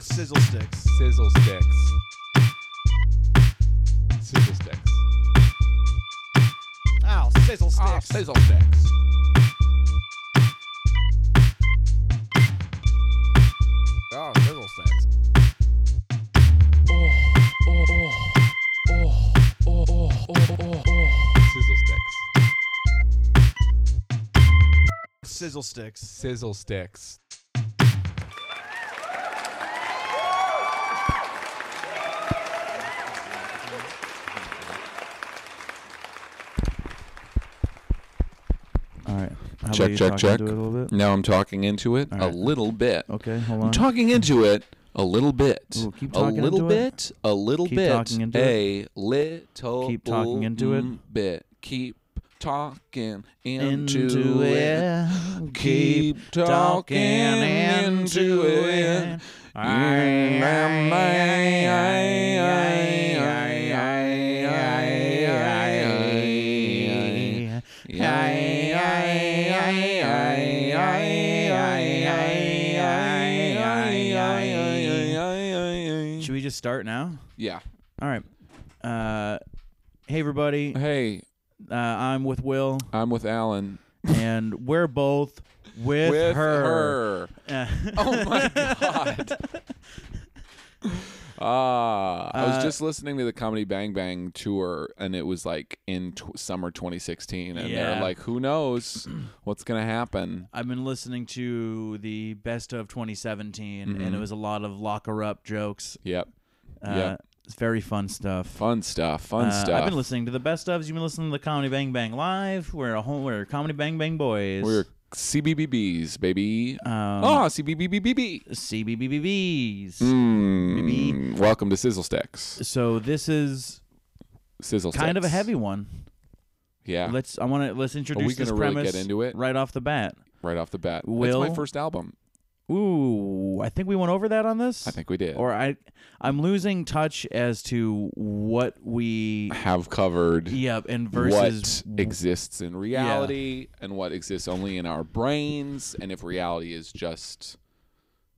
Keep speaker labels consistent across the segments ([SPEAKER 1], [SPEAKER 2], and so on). [SPEAKER 1] Sizzle sticks.
[SPEAKER 2] Sizzle sticks. Sizzle sticks.
[SPEAKER 1] Ow, sizzle sticks.
[SPEAKER 2] Ah, sizzle sticks. Oh, sizzle sticks. Oh, oh, oh, oh, oh, oh, oh, oh, oh. Sizzle sticks.
[SPEAKER 1] Sizzle sticks.
[SPEAKER 2] Sizzle sticks.
[SPEAKER 3] All right. How about
[SPEAKER 4] Check,
[SPEAKER 3] you
[SPEAKER 4] check,
[SPEAKER 3] talk
[SPEAKER 4] check.
[SPEAKER 3] into it a little bit?
[SPEAKER 4] Now I'm talking into it
[SPEAKER 3] All
[SPEAKER 4] a
[SPEAKER 3] right.
[SPEAKER 4] little bit.
[SPEAKER 3] Okay, hold on.
[SPEAKER 4] I'm talking into it a little bit.
[SPEAKER 3] Ooh, keep
[SPEAKER 4] a
[SPEAKER 3] talking
[SPEAKER 4] little
[SPEAKER 3] into it.
[SPEAKER 4] bit. A little
[SPEAKER 3] Keep
[SPEAKER 4] bit.
[SPEAKER 3] talking into
[SPEAKER 4] a little
[SPEAKER 3] Keep talking into it.
[SPEAKER 4] mm, bit. Keep talking into,
[SPEAKER 3] into
[SPEAKER 4] it.
[SPEAKER 3] it.
[SPEAKER 4] Keep talking into it.
[SPEAKER 3] Should we just start now?
[SPEAKER 4] Yeah.
[SPEAKER 3] All right. Uh, hey, everybody.
[SPEAKER 4] Hey,
[SPEAKER 3] Uh, I'm with Will,
[SPEAKER 4] I'm with Alan.
[SPEAKER 3] and we're both with,
[SPEAKER 4] With
[SPEAKER 3] her.
[SPEAKER 4] her.
[SPEAKER 3] Uh,
[SPEAKER 4] Oh my god. Ah, I
[SPEAKER 3] Uh,
[SPEAKER 4] was just listening to the Comedy Bang Bang tour, and it was like in tw summer 2016, and
[SPEAKER 3] Yeah.
[SPEAKER 4] they're like, "Who knows what's gonna happen?"
[SPEAKER 3] I've been listening to the best of 2017, and it
[SPEAKER 4] Mhm.
[SPEAKER 3] was a lot of lock her up jokes.
[SPEAKER 4] Yep,
[SPEAKER 3] Uh,
[SPEAKER 4] Yeah.
[SPEAKER 3] It's very fun stuff.
[SPEAKER 4] fun stuff, fun
[SPEAKER 3] Uh,
[SPEAKER 4] stuff.
[SPEAKER 3] I've been listening to the best ofs. You've been listening to the Comedy Bang Bang Live. We're a whole, we're Comedy Bang Bang Boys.
[SPEAKER 4] We're CBBBs, baby.
[SPEAKER 3] um,
[SPEAKER 4] Ah, CBBBBB.
[SPEAKER 3] CBBBBs.
[SPEAKER 4] Mm, welcome to Sizzle Sticks.
[SPEAKER 3] So this is
[SPEAKER 4] Sizzle Sticks.
[SPEAKER 3] kind of a heavy one.
[SPEAKER 4] Yeah,
[SPEAKER 3] Let's I want to let's introduce
[SPEAKER 4] Ah. we
[SPEAKER 3] this
[SPEAKER 4] gonna really
[SPEAKER 3] premise
[SPEAKER 4] get into it?
[SPEAKER 3] right off the bat.
[SPEAKER 4] right off the bat. it's
[SPEAKER 3] Will-
[SPEAKER 4] my first album.
[SPEAKER 3] Ooh, I think we went over that on this.
[SPEAKER 4] I think we did.
[SPEAKER 3] Or I I'm losing touch as to what we
[SPEAKER 4] have covered.
[SPEAKER 3] yep and versus
[SPEAKER 4] what exists in reality and what exists only in our brains and if reality is just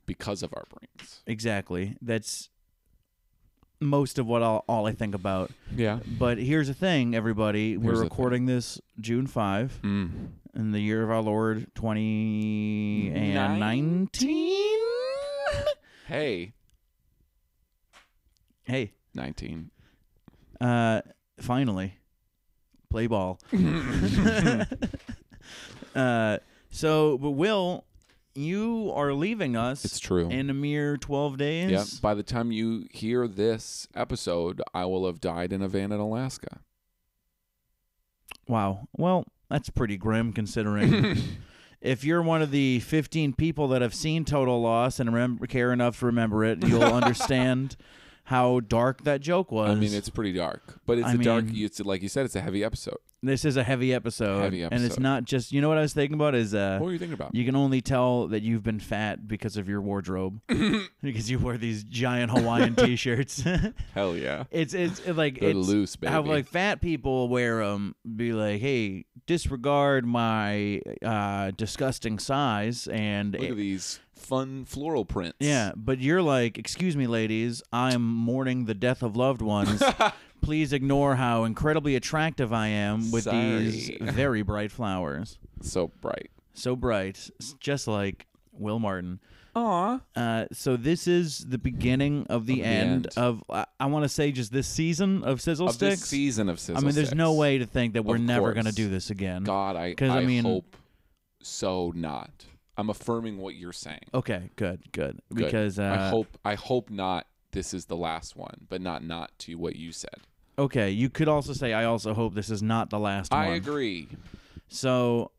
[SPEAKER 4] because of our brains.
[SPEAKER 3] exactly. That's most of what all, all I think about.
[SPEAKER 4] Yeah.
[SPEAKER 3] But here's the thing, everybody.
[SPEAKER 4] Here's
[SPEAKER 3] We're
[SPEAKER 4] the
[SPEAKER 3] recording this June 5
[SPEAKER 4] Mm.
[SPEAKER 3] in the year of our Lord 20 and 19.
[SPEAKER 4] Hey,
[SPEAKER 3] Hey,
[SPEAKER 4] 19.
[SPEAKER 3] uh, finally, play ball. uh, so, but Will, you are leaving us
[SPEAKER 4] It's true.
[SPEAKER 3] in a mere 12 days.
[SPEAKER 4] yeah. By the time you hear this episode, I will have died in a van in Alaska.
[SPEAKER 3] Wow. Well, that's pretty grim considering. if you're one of the 15 people that have seen Total Loss and remember, care enough to remember it, you'll understand how dark that joke was.
[SPEAKER 4] I mean, it's pretty dark, but it's
[SPEAKER 3] I
[SPEAKER 4] a dark.
[SPEAKER 3] mean-
[SPEAKER 4] It's like you said, it's a heavy episode.
[SPEAKER 3] this is a heavy episode,
[SPEAKER 4] Heavy
[SPEAKER 3] and it's
[SPEAKER 4] episode. Oh,
[SPEAKER 3] not just. You know what I was thinking about is uh,
[SPEAKER 4] What were you thinking about?
[SPEAKER 3] you can only tell that you've been fat because of your wardrobe because you wear these giant Hawaiian T-shirts.
[SPEAKER 4] Hell yeah,
[SPEAKER 3] it's it's it, like
[SPEAKER 4] They're
[SPEAKER 3] it's
[SPEAKER 4] loose, baby.
[SPEAKER 3] how like fat people wear them be like hey disregard my uh disgusting size and
[SPEAKER 4] Look at these fun floral prints.
[SPEAKER 3] yeah but you're like excuse me ladies i'm mourning the death of loved ones please ignore how incredibly attractive i am with these
[SPEAKER 4] Sorry.
[SPEAKER 3] very bright flowers
[SPEAKER 4] so bright.
[SPEAKER 3] so bright s- just like will martin
[SPEAKER 4] Aw,
[SPEAKER 3] uh, so this is the beginning of the,
[SPEAKER 4] Of the
[SPEAKER 3] end,
[SPEAKER 4] end.
[SPEAKER 3] of I, I want to say just this season of sizzle
[SPEAKER 4] of
[SPEAKER 3] sticks
[SPEAKER 4] this season of Sizzle
[SPEAKER 3] I mean, there's no
[SPEAKER 4] Sticks.
[SPEAKER 3] way to think that we're
[SPEAKER 4] Of
[SPEAKER 3] never going to
[SPEAKER 4] course.
[SPEAKER 3] do this again.
[SPEAKER 4] God, I,
[SPEAKER 3] 'Cause, I
[SPEAKER 4] I,
[SPEAKER 3] mean-
[SPEAKER 4] hope so not. I'm affirming what you're saying.
[SPEAKER 3] Okay, good, good.
[SPEAKER 4] Good.
[SPEAKER 3] Because uh,
[SPEAKER 4] I hope I hope not this is the last one, but not not to what you said.
[SPEAKER 3] Okay, you could also say I also hope this is not the last
[SPEAKER 4] I
[SPEAKER 3] one.
[SPEAKER 4] agree.
[SPEAKER 3] So,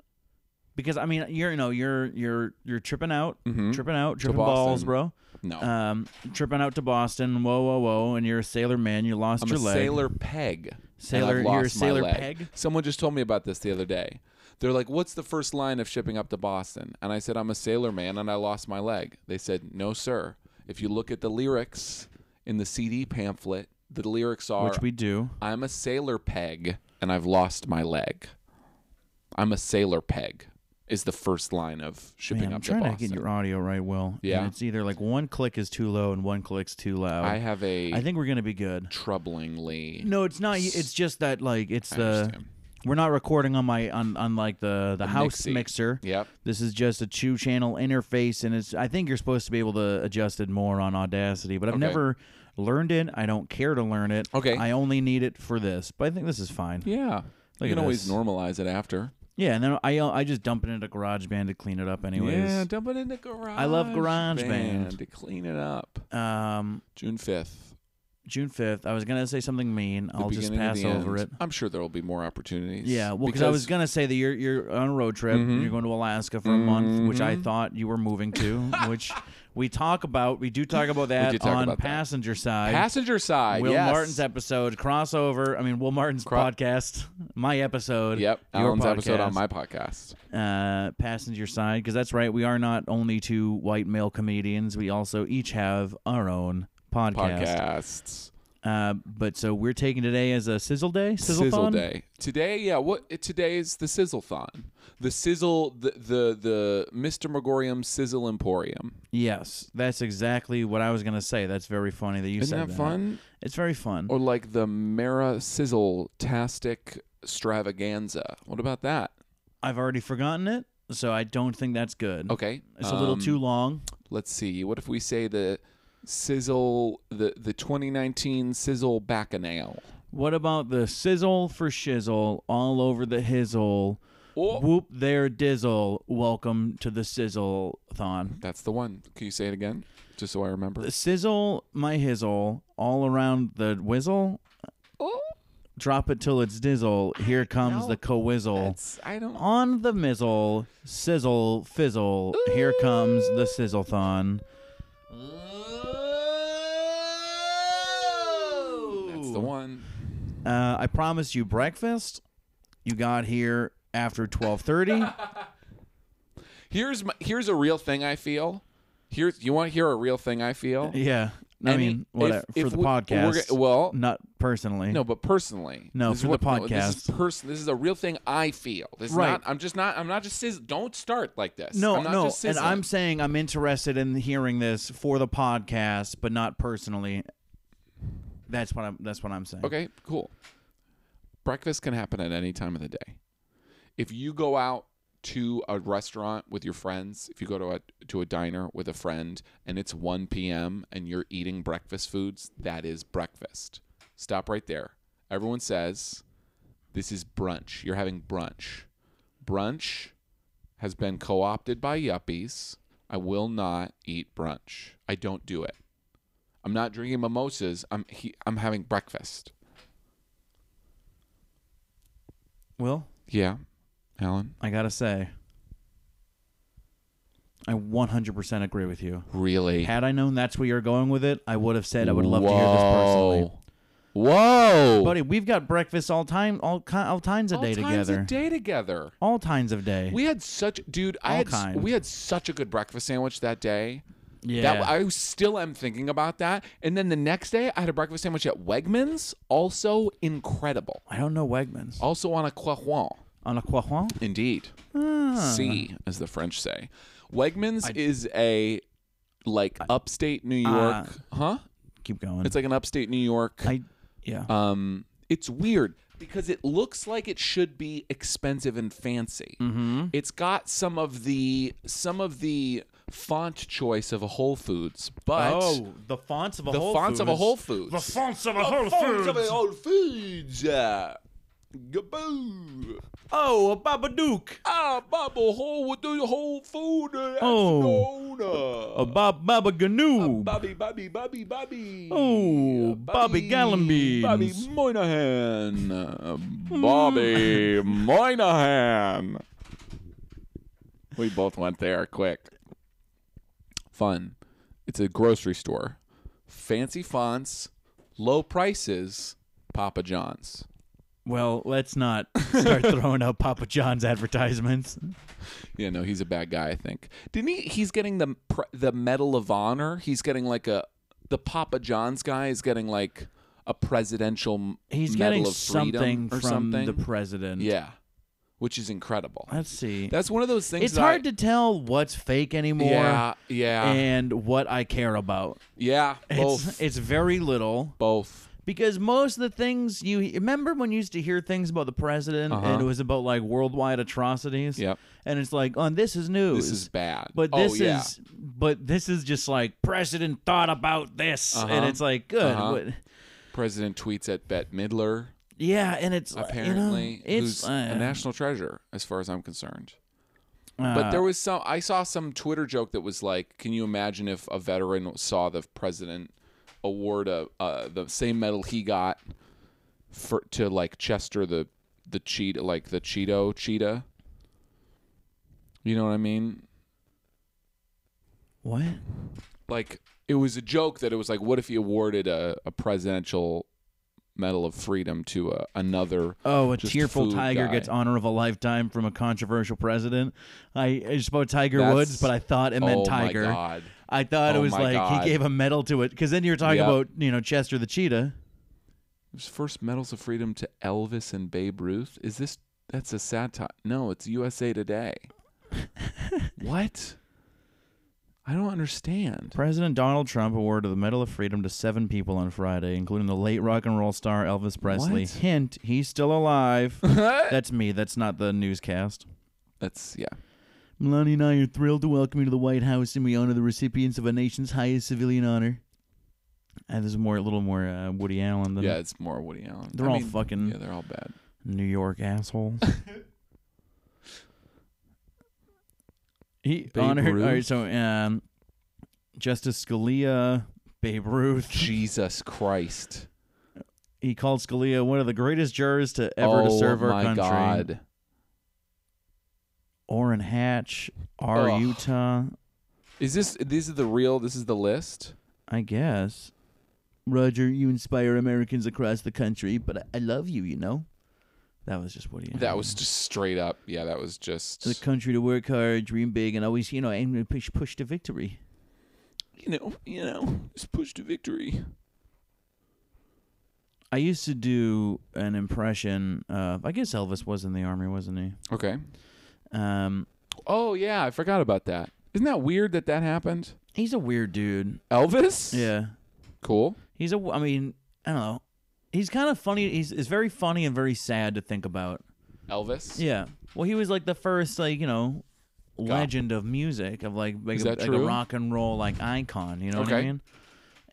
[SPEAKER 3] because I mean, you're you know you're you're you're tripping out,
[SPEAKER 4] Mhm.
[SPEAKER 3] tripping out, tripping
[SPEAKER 4] Boston.
[SPEAKER 3] balls, bro.
[SPEAKER 4] No.
[SPEAKER 3] Um, tripping out to Boston. Whoa, whoa, whoa! And you're a sailor man. You lost
[SPEAKER 4] I'm
[SPEAKER 3] your
[SPEAKER 4] a
[SPEAKER 3] leg.
[SPEAKER 4] sailor peg. and
[SPEAKER 3] Sailor-
[SPEAKER 4] I've
[SPEAKER 3] you're a
[SPEAKER 4] lost my
[SPEAKER 3] sailor
[SPEAKER 4] leg.
[SPEAKER 3] peg?
[SPEAKER 4] Someone just told me about this the other day. They're like, "What's the first line of shipping up to Boston?" And I said, "I'm a sailor man, and I lost my leg." They said, "No, sir. If you look at the lyrics in the CD pamphlet, the lyrics are
[SPEAKER 3] Which we do.
[SPEAKER 4] I'm a sailor peg and I've lost my leg. I'm a sailor peg. is the first line of shipping
[SPEAKER 3] Man, I'm
[SPEAKER 4] up to
[SPEAKER 3] trying to
[SPEAKER 4] Boston.
[SPEAKER 3] get your audio right, Will. and
[SPEAKER 4] Yeah?
[SPEAKER 3] it's either like one click is too low and one click's too loud.
[SPEAKER 4] I have a
[SPEAKER 3] I think we're gonna be good.
[SPEAKER 4] troublingly.
[SPEAKER 3] No, it's not. It's just that like it's
[SPEAKER 4] I
[SPEAKER 3] the
[SPEAKER 4] understand.
[SPEAKER 3] we're not recording on my on, on like the the, house
[SPEAKER 4] mixie.
[SPEAKER 3] mixer.
[SPEAKER 4] Yep.
[SPEAKER 3] This is just a two channel interface, and it's I think you're supposed to be able to adjust it more on Audacity, but I've
[SPEAKER 4] Okay.
[SPEAKER 3] never learned it. I don't care to learn it.
[SPEAKER 4] Okay.
[SPEAKER 3] I only need it for this, but I think this is fine. Yeah,
[SPEAKER 4] Yeah.
[SPEAKER 3] Look
[SPEAKER 4] you can
[SPEAKER 3] at
[SPEAKER 4] always
[SPEAKER 3] this.
[SPEAKER 4] normalize it after.
[SPEAKER 3] and then I uh, I just dump it into GarageBand to clean it up,
[SPEAKER 4] Yeah,
[SPEAKER 3] anyways.
[SPEAKER 4] dump it in the garage.
[SPEAKER 3] love Garage Band.
[SPEAKER 4] to clean it up.
[SPEAKER 3] Um,
[SPEAKER 4] June fifth.
[SPEAKER 3] June fifth. I was gonna say something mean.
[SPEAKER 4] The
[SPEAKER 3] I'll just
[SPEAKER 4] beginning of
[SPEAKER 3] pass
[SPEAKER 4] the end.
[SPEAKER 3] over it.
[SPEAKER 4] I'm sure there will be more opportunities.
[SPEAKER 3] Yeah, well, because I was gonna say that you're you're on a road trip.
[SPEAKER 4] Mhm.
[SPEAKER 3] You're going to Alaska for a month, which I
[SPEAKER 4] Mhm.
[SPEAKER 3] thought you were moving to, which we talk about. We do talk about that
[SPEAKER 4] do talk
[SPEAKER 3] on
[SPEAKER 4] about that.
[SPEAKER 3] passenger side.
[SPEAKER 4] passenger side.
[SPEAKER 3] Will
[SPEAKER 4] yes.
[SPEAKER 3] Martin's episode crossover. I mean, Will Martin's
[SPEAKER 4] Cro-
[SPEAKER 3] podcast, my episode.
[SPEAKER 4] Yep,
[SPEAKER 3] your
[SPEAKER 4] Alan's
[SPEAKER 3] podcast,
[SPEAKER 4] episode on my podcast.
[SPEAKER 3] uh, passenger side because that's right. We are not only two white male comedians. We also each have our own podcast.
[SPEAKER 4] Podcasts.
[SPEAKER 3] Uh, but so we're taking today as a sizzle day, sizzle,
[SPEAKER 4] Sizzle day today. Yeah, what it- today is the sizzle thon, the sizzle, the the the Mr. Megorium Sizzle Emporium.
[SPEAKER 3] Yes, that's exactly what I was gonna say. That's very funny that you
[SPEAKER 4] Isn't
[SPEAKER 3] said
[SPEAKER 4] that fun? Oh.
[SPEAKER 3] It's very fun.
[SPEAKER 4] Or like the Mara Sizzle Tastic Stravaganza. What about that?
[SPEAKER 3] I've already forgotten it, so I don't think that's good.
[SPEAKER 4] Okay,
[SPEAKER 3] It's a little
[SPEAKER 4] um,
[SPEAKER 3] too long.
[SPEAKER 4] Let's see. What if we say the sizzle, the the 2019 sizzle bacchanal?
[SPEAKER 3] What about the sizzle for shizzle all over the hizzle?
[SPEAKER 4] Oh.
[SPEAKER 3] Whoop there dizzle. Welcome to the sizzle thon.
[SPEAKER 4] That's the one. Can you say it again, just so I remember?
[SPEAKER 3] The sizzle my hizzle all around the whizzle.
[SPEAKER 4] Oh.
[SPEAKER 3] Drop it till it's dizzle. Here comes the co-whizzle.
[SPEAKER 4] That's I don't.
[SPEAKER 3] on the mizzle, sizzle, fizzle. Here comes the sizzlethon.
[SPEAKER 4] That's the one.
[SPEAKER 3] Uh, I promised you breakfast. You got here after twelve thirty.
[SPEAKER 4] Here's my, here's a real thing I feel. Here's you want to hear a real thing I feel.
[SPEAKER 3] yeah, I
[SPEAKER 4] Any-
[SPEAKER 3] mean, whatever
[SPEAKER 4] if-
[SPEAKER 3] for
[SPEAKER 4] if
[SPEAKER 3] the
[SPEAKER 4] we- we're
[SPEAKER 3] podcast.
[SPEAKER 4] g- well,
[SPEAKER 3] not personally.
[SPEAKER 4] No, but personally.
[SPEAKER 3] No,
[SPEAKER 4] This is
[SPEAKER 3] for the
[SPEAKER 4] no, this is
[SPEAKER 3] podcast.
[SPEAKER 4] person. This is a real thing I feel. This is
[SPEAKER 3] Right.
[SPEAKER 4] not. I'm just not. I'm not just sizz. Don't start like this.
[SPEAKER 3] no,
[SPEAKER 4] I'm not
[SPEAKER 3] no.
[SPEAKER 4] Just
[SPEAKER 3] and
[SPEAKER 4] sizzling.
[SPEAKER 3] I'm saying I'm interested in hearing this for the podcast, but not personally. That's what I'm. That's what I'm saying.
[SPEAKER 4] okay. Cool. Breakfast can happen at any time of the day. If you go out to a restaurant with your friends, if you go to a to a diner with a friend, and it's 1 p.m. and you're eating breakfast foods, that is breakfast. Stop right there. Everyone says this is brunch. You're having brunch. Brunch has been co opted by yuppies. I will not eat brunch. I don't do it. I'm not drinking mimosas. I'm he, I'm having breakfast.
[SPEAKER 3] Well,
[SPEAKER 4] Yeah, Alan,
[SPEAKER 3] I gotta say, I 100% agree with you.
[SPEAKER 4] really?
[SPEAKER 3] Had I known that's where you're going with it, I would have said I would love to hear this personally.
[SPEAKER 4] Whoa,
[SPEAKER 3] Buddy, we've got breakfast all time, all ki- all times a
[SPEAKER 4] All
[SPEAKER 3] day
[SPEAKER 4] times
[SPEAKER 3] together,
[SPEAKER 4] A day together.
[SPEAKER 3] all times of day.
[SPEAKER 4] We had such, dude. I
[SPEAKER 3] All
[SPEAKER 4] had s-
[SPEAKER 3] kinds.
[SPEAKER 4] we had such a good breakfast sandwich that day.
[SPEAKER 3] yeah,
[SPEAKER 4] That I still am thinking about that. And then the next day, I had a breakfast sandwich at Wegmans, also incredible,
[SPEAKER 3] I, don't know Wegmans
[SPEAKER 4] also on a croissant.
[SPEAKER 3] on a croissant.
[SPEAKER 4] Indeed.
[SPEAKER 3] Ah.
[SPEAKER 4] C, as the French say. Wegmans is a like upstate New York, huh?
[SPEAKER 3] Keep going.
[SPEAKER 4] It's like an upstate New York.
[SPEAKER 3] Uh, I yeah.
[SPEAKER 4] um, it's weird because it looks like it should be expensive and fancy. It's got some of the some of the font choice of a Whole Foods, but
[SPEAKER 3] Oh, the fonts of a
[SPEAKER 4] the fonts of a Oh, Whole Foods.
[SPEAKER 3] fonts of a
[SPEAKER 4] fonts of a Whole Foods. Yeah. Gaboo.
[SPEAKER 3] Oh, a Babadook,
[SPEAKER 4] Ah, Bubble Hole with the whole food. uh, That's
[SPEAKER 3] Oh.
[SPEAKER 4] the owner.
[SPEAKER 3] a Bob Baba Ganoo.
[SPEAKER 4] Bobby, Bobby, Bobby, Bobby.
[SPEAKER 3] Oh, Bobby Gallenbeans.
[SPEAKER 4] Bobby Moynihan. Uh, Bobby Moynihan. We both went there quick. Fun. It's a grocery store. Fancy fonts, low prices, Papa John's.
[SPEAKER 3] well, let's not start throwing out Papa John's advertisements.
[SPEAKER 4] Yeah, no, he's a bad guy. I think didn't he? He's getting the pr- the Medal of Honor. He's getting like a the Papa John's guy is getting like a presidential m-
[SPEAKER 3] He's
[SPEAKER 4] Medal
[SPEAKER 3] getting
[SPEAKER 4] of Freedom
[SPEAKER 3] something
[SPEAKER 4] or
[SPEAKER 3] from
[SPEAKER 4] something.
[SPEAKER 3] the president.
[SPEAKER 4] yeah, which is incredible.
[SPEAKER 3] Let's see.
[SPEAKER 4] That's one of those things.
[SPEAKER 3] it's
[SPEAKER 4] that
[SPEAKER 3] hard
[SPEAKER 4] I,
[SPEAKER 3] to tell what's fake anymore
[SPEAKER 4] Yeah, yeah,
[SPEAKER 3] and what I care about.
[SPEAKER 4] yeah. Both,
[SPEAKER 3] It's, it's very little
[SPEAKER 4] both.
[SPEAKER 3] because most of the things you remember when you used to hear things about the president and
[SPEAKER 4] Uh-huh.
[SPEAKER 3] it was about like worldwide atrocities.
[SPEAKER 4] Yep.
[SPEAKER 3] And it's like, oh, this is news.
[SPEAKER 4] This is bad.
[SPEAKER 3] But
[SPEAKER 4] Oh,
[SPEAKER 3] this
[SPEAKER 4] yeah.
[SPEAKER 3] is, but this is just like president thought about this, and
[SPEAKER 4] Uh-huh.
[SPEAKER 3] it's like good.
[SPEAKER 4] Uh-huh.
[SPEAKER 3] What,
[SPEAKER 4] President tweets at Bette Midler.
[SPEAKER 3] yeah, and it's like, you know,
[SPEAKER 4] apparently
[SPEAKER 3] it's
[SPEAKER 4] who's
[SPEAKER 3] uh,
[SPEAKER 4] a national treasure as far as I'm concerned.
[SPEAKER 3] uh,
[SPEAKER 4] But there was some I saw some Twitter joke that was like, can you imagine if a veteran saw the president award a uh, the same medal he got for to like Chester the the cheetah like the Cheeto cheetah. You know what I mean?
[SPEAKER 3] what?
[SPEAKER 4] Like it was a joke that it was like, what if he awarded a, a presidential medal of freedom to a, another
[SPEAKER 3] Oh, a
[SPEAKER 4] Just
[SPEAKER 3] tearful
[SPEAKER 4] food
[SPEAKER 3] tiger
[SPEAKER 4] guy.
[SPEAKER 3] gets honor of a lifetime from a controversial president. I I just about Tiger
[SPEAKER 4] That's-
[SPEAKER 3] Woods, but I thought it meant
[SPEAKER 4] oh
[SPEAKER 3] tiger.
[SPEAKER 4] my god.
[SPEAKER 3] I thought it
[SPEAKER 4] Oh
[SPEAKER 3] was
[SPEAKER 4] my
[SPEAKER 3] like
[SPEAKER 4] God.
[SPEAKER 3] he gave a medal to it because then you're talking
[SPEAKER 4] Yep.
[SPEAKER 3] about you know Chester the cheetah.
[SPEAKER 4] It was first medals of freedom to Elvis and Babe Ruth. Is this that's a satire? No, it's USA Today. what? I don't understand.
[SPEAKER 3] President Donald Trump awarded the Medal of Freedom to seven people on Friday, including the late rock and roll star Elvis Presley.
[SPEAKER 4] What?
[SPEAKER 3] Hint: He's still alive. That's me. That's not the newscast.
[SPEAKER 4] That's yeah.
[SPEAKER 3] Melania and I are thrilled to welcome you to the White House, and we honor the recipients of our nation's highest civilian honor. And there's more, a little more uh, Woody Allen than
[SPEAKER 4] Yeah, it's more Woody Allen.
[SPEAKER 3] They're
[SPEAKER 4] I
[SPEAKER 3] all
[SPEAKER 4] mean,
[SPEAKER 3] fucking
[SPEAKER 4] Yeah, they're all bad.
[SPEAKER 3] New York assholes. he
[SPEAKER 4] Babe
[SPEAKER 3] honored. All right,
[SPEAKER 4] Ruth?
[SPEAKER 3] so um, Justice Scalia, Babe Ruth.
[SPEAKER 4] Jesus Christ.
[SPEAKER 3] He called Scalia one of the greatest jurors to ever to
[SPEAKER 4] Oh,
[SPEAKER 3] serve our
[SPEAKER 4] my
[SPEAKER 3] country.
[SPEAKER 4] God.
[SPEAKER 3] Orrin Hatch, R.
[SPEAKER 4] Ugh.
[SPEAKER 3] Utah,
[SPEAKER 4] Is this these are the real this is the list?
[SPEAKER 3] I guess. Roger, you inspire Americans across the country, but I, I love you, you know? That was just what he
[SPEAKER 4] That was just straight up. Yeah, that was just
[SPEAKER 3] the country to work hard, dream big, and always, you know, aim to push, push to victory.
[SPEAKER 4] you know, you know, just push to victory.
[SPEAKER 3] I used to do an impression of, I guess Elvis was in the army, wasn't he?
[SPEAKER 4] Okay.
[SPEAKER 3] Um,
[SPEAKER 4] Oh yeah, I forgot about that. Isn't that weird that that happened?
[SPEAKER 3] he's a weird dude.
[SPEAKER 4] Elvis?
[SPEAKER 3] Yeah.
[SPEAKER 4] Cool.
[SPEAKER 3] He's a, I mean, I don't know. He's kind of funny. He's, it's very funny and very sad to think about.
[SPEAKER 4] Elvis?
[SPEAKER 3] Yeah. Well, he was like the first, like you know, legend of music of like like,
[SPEAKER 4] Is
[SPEAKER 3] a,
[SPEAKER 4] that
[SPEAKER 3] like a
[SPEAKER 4] true?
[SPEAKER 3] rock and roll like icon. You know what I
[SPEAKER 4] Okay.
[SPEAKER 3] mean?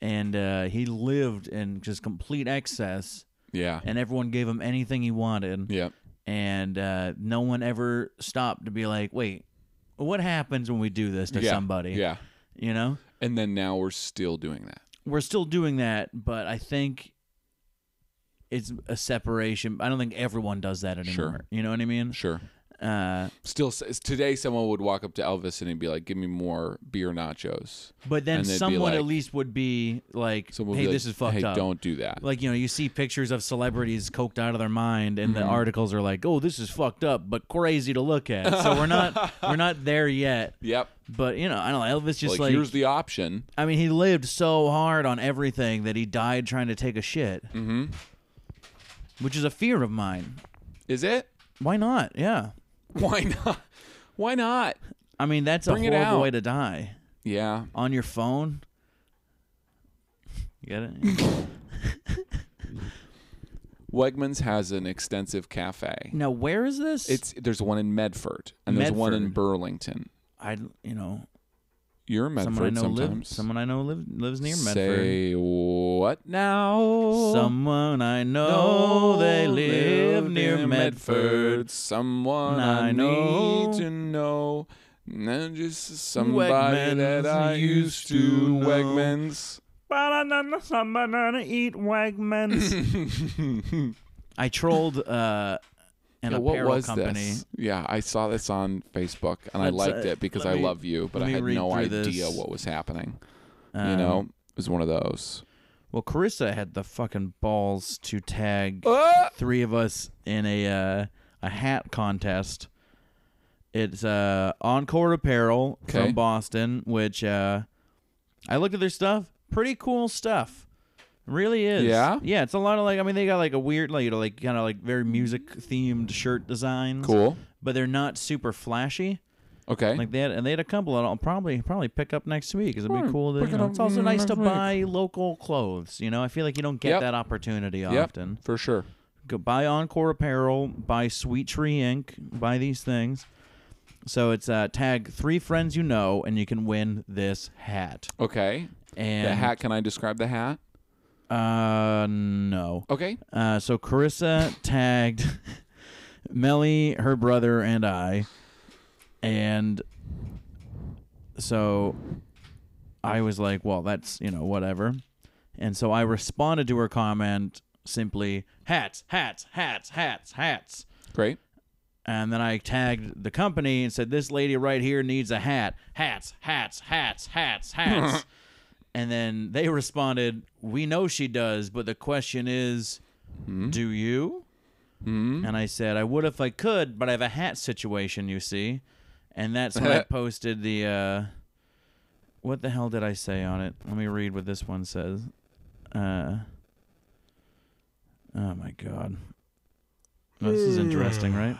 [SPEAKER 3] And uh, he lived in just complete excess,
[SPEAKER 4] Yeah.
[SPEAKER 3] and everyone gave him anything he wanted,
[SPEAKER 4] Yeah.
[SPEAKER 3] and uh, no one ever stopped to be like, wait. What happens when we do this to
[SPEAKER 4] yeah.
[SPEAKER 3] somebody?
[SPEAKER 4] Yeah.
[SPEAKER 3] You know?
[SPEAKER 4] And then now we're still doing that.
[SPEAKER 3] We're still doing that, but I think it's a separation. I don't think everyone does that anymore.
[SPEAKER 4] Sure.
[SPEAKER 3] You know what I mean?
[SPEAKER 4] Sure.
[SPEAKER 3] Uh,
[SPEAKER 4] Still, s- today someone would walk up to Elvis and he'd be like, "Give me more beer nachos."
[SPEAKER 3] But then
[SPEAKER 4] And they'd be
[SPEAKER 3] someone at
[SPEAKER 4] like-
[SPEAKER 3] least would be like,
[SPEAKER 4] Someone would
[SPEAKER 3] "Hey,
[SPEAKER 4] be like,
[SPEAKER 3] this is fucked
[SPEAKER 4] hey,
[SPEAKER 3] up."
[SPEAKER 4] Don't do that.
[SPEAKER 3] Like you know, you see pictures of celebrities coked out of their mind, and
[SPEAKER 4] Mm-hmm.
[SPEAKER 3] the articles are like, "Oh, this is fucked up, but crazy to look at." So we're not we're not there yet.
[SPEAKER 4] yep.
[SPEAKER 3] But you know, I don't know. Elvis just
[SPEAKER 4] Like,
[SPEAKER 3] like,
[SPEAKER 4] here's the option.
[SPEAKER 3] I mean, he lived so hard on everything that he died trying to take a shit, mm-hmm. which is a fear of mine.
[SPEAKER 4] Is it?
[SPEAKER 3] Why not? Yeah,
[SPEAKER 4] Why not? Why not?
[SPEAKER 3] I mean that's
[SPEAKER 4] Bring
[SPEAKER 3] a
[SPEAKER 4] it
[SPEAKER 3] horrible
[SPEAKER 4] out.
[SPEAKER 3] way to die
[SPEAKER 4] Yeah.
[SPEAKER 3] on your phone. You get it?
[SPEAKER 4] Wegmans has an extensive cafe.
[SPEAKER 3] now, where is this?
[SPEAKER 4] It's there's one in Medford and there's one in
[SPEAKER 3] Medford.
[SPEAKER 4] Burlington.
[SPEAKER 3] I you know
[SPEAKER 4] You're in Medford
[SPEAKER 3] someone I know
[SPEAKER 4] sometimes.
[SPEAKER 3] lives someone I know lives lives near Medford.
[SPEAKER 4] Say what now?
[SPEAKER 3] Someone I know they live near
[SPEAKER 4] in
[SPEAKER 3] Medford.
[SPEAKER 4] Someone
[SPEAKER 3] I
[SPEAKER 4] I,
[SPEAKER 3] know.
[SPEAKER 4] need to know. Not just somebody that
[SPEAKER 3] Wegmans
[SPEAKER 4] I
[SPEAKER 3] used
[SPEAKER 4] used
[SPEAKER 3] to
[SPEAKER 4] to.
[SPEAKER 3] know.
[SPEAKER 4] Wegmans.
[SPEAKER 3] Someone eat Wegmans. I trolled uh, an
[SPEAKER 4] Yeah, what
[SPEAKER 3] apparel
[SPEAKER 4] was
[SPEAKER 3] company.
[SPEAKER 4] this? Yeah, I saw this on Facebook and I
[SPEAKER 3] Let's,
[SPEAKER 4] liked
[SPEAKER 3] uh,
[SPEAKER 4] it because
[SPEAKER 3] let
[SPEAKER 4] I
[SPEAKER 3] me-
[SPEAKER 4] love you, but
[SPEAKER 3] let
[SPEAKER 4] I
[SPEAKER 3] me
[SPEAKER 4] had
[SPEAKER 3] read
[SPEAKER 4] no
[SPEAKER 3] through
[SPEAKER 4] idea
[SPEAKER 3] this.
[SPEAKER 4] what was happening. you
[SPEAKER 3] Um,
[SPEAKER 4] know, it was one of those.
[SPEAKER 3] Well, Carissa had the fucking balls to tag
[SPEAKER 4] Oh. Ah!
[SPEAKER 3] three of us in a uh, a hat contest. It's uh, Encore Apparel
[SPEAKER 4] Okay.
[SPEAKER 3] from Boston, which uh, I looked at their stuff. Pretty cool stuff. It really is.
[SPEAKER 4] Yeah?
[SPEAKER 3] Yeah, it's a lot of like I mean they got like a weird like you know like kind of like very music themed shirt designs.
[SPEAKER 4] Cool.
[SPEAKER 3] But they're not super flashy.
[SPEAKER 4] Okay.
[SPEAKER 3] Like they had, and they had a couple that I'll probably probably pick up next week because it'd be
[SPEAKER 4] Right,
[SPEAKER 3] cool. To,
[SPEAKER 4] Hmm. pick
[SPEAKER 3] you
[SPEAKER 4] it
[SPEAKER 3] know,
[SPEAKER 4] up
[SPEAKER 3] it's also nice to
[SPEAKER 4] next week.
[SPEAKER 3] buy local clothes. You know, I feel like you don't get
[SPEAKER 4] Yep.
[SPEAKER 3] that opportunity
[SPEAKER 4] Yep,
[SPEAKER 3] often.
[SPEAKER 4] for sure.
[SPEAKER 3] Go buy Encore Apparel, buy Sweet Tree Inc., buy these things. So it's uh, tag three friends you know, and you can win this hat.
[SPEAKER 4] Okay.
[SPEAKER 3] And
[SPEAKER 4] the hat. Can I describe the hat?
[SPEAKER 3] Uh, no.
[SPEAKER 4] Okay.
[SPEAKER 3] Uh, so Carissa tagged Melly, her brother, and I, and so I was like, "Well, that's you know whatever," and so I responded to her comment simply, "Hats, hats, hats, hats, hats,"
[SPEAKER 4] Great.
[SPEAKER 3] and then I tagged the company and said, "This lady right here needs a hat, hats, hats, hats, hats, hats," and then they responded, "We know she does, but the question is." Do you?
[SPEAKER 4] Mm.
[SPEAKER 3] And I said, I would if I could, but I have a hat situation, you see. And that's when I posted the. Uh, what the hell did I say on it? Let me read what this one says. Uh, oh my god. This is interesting, right?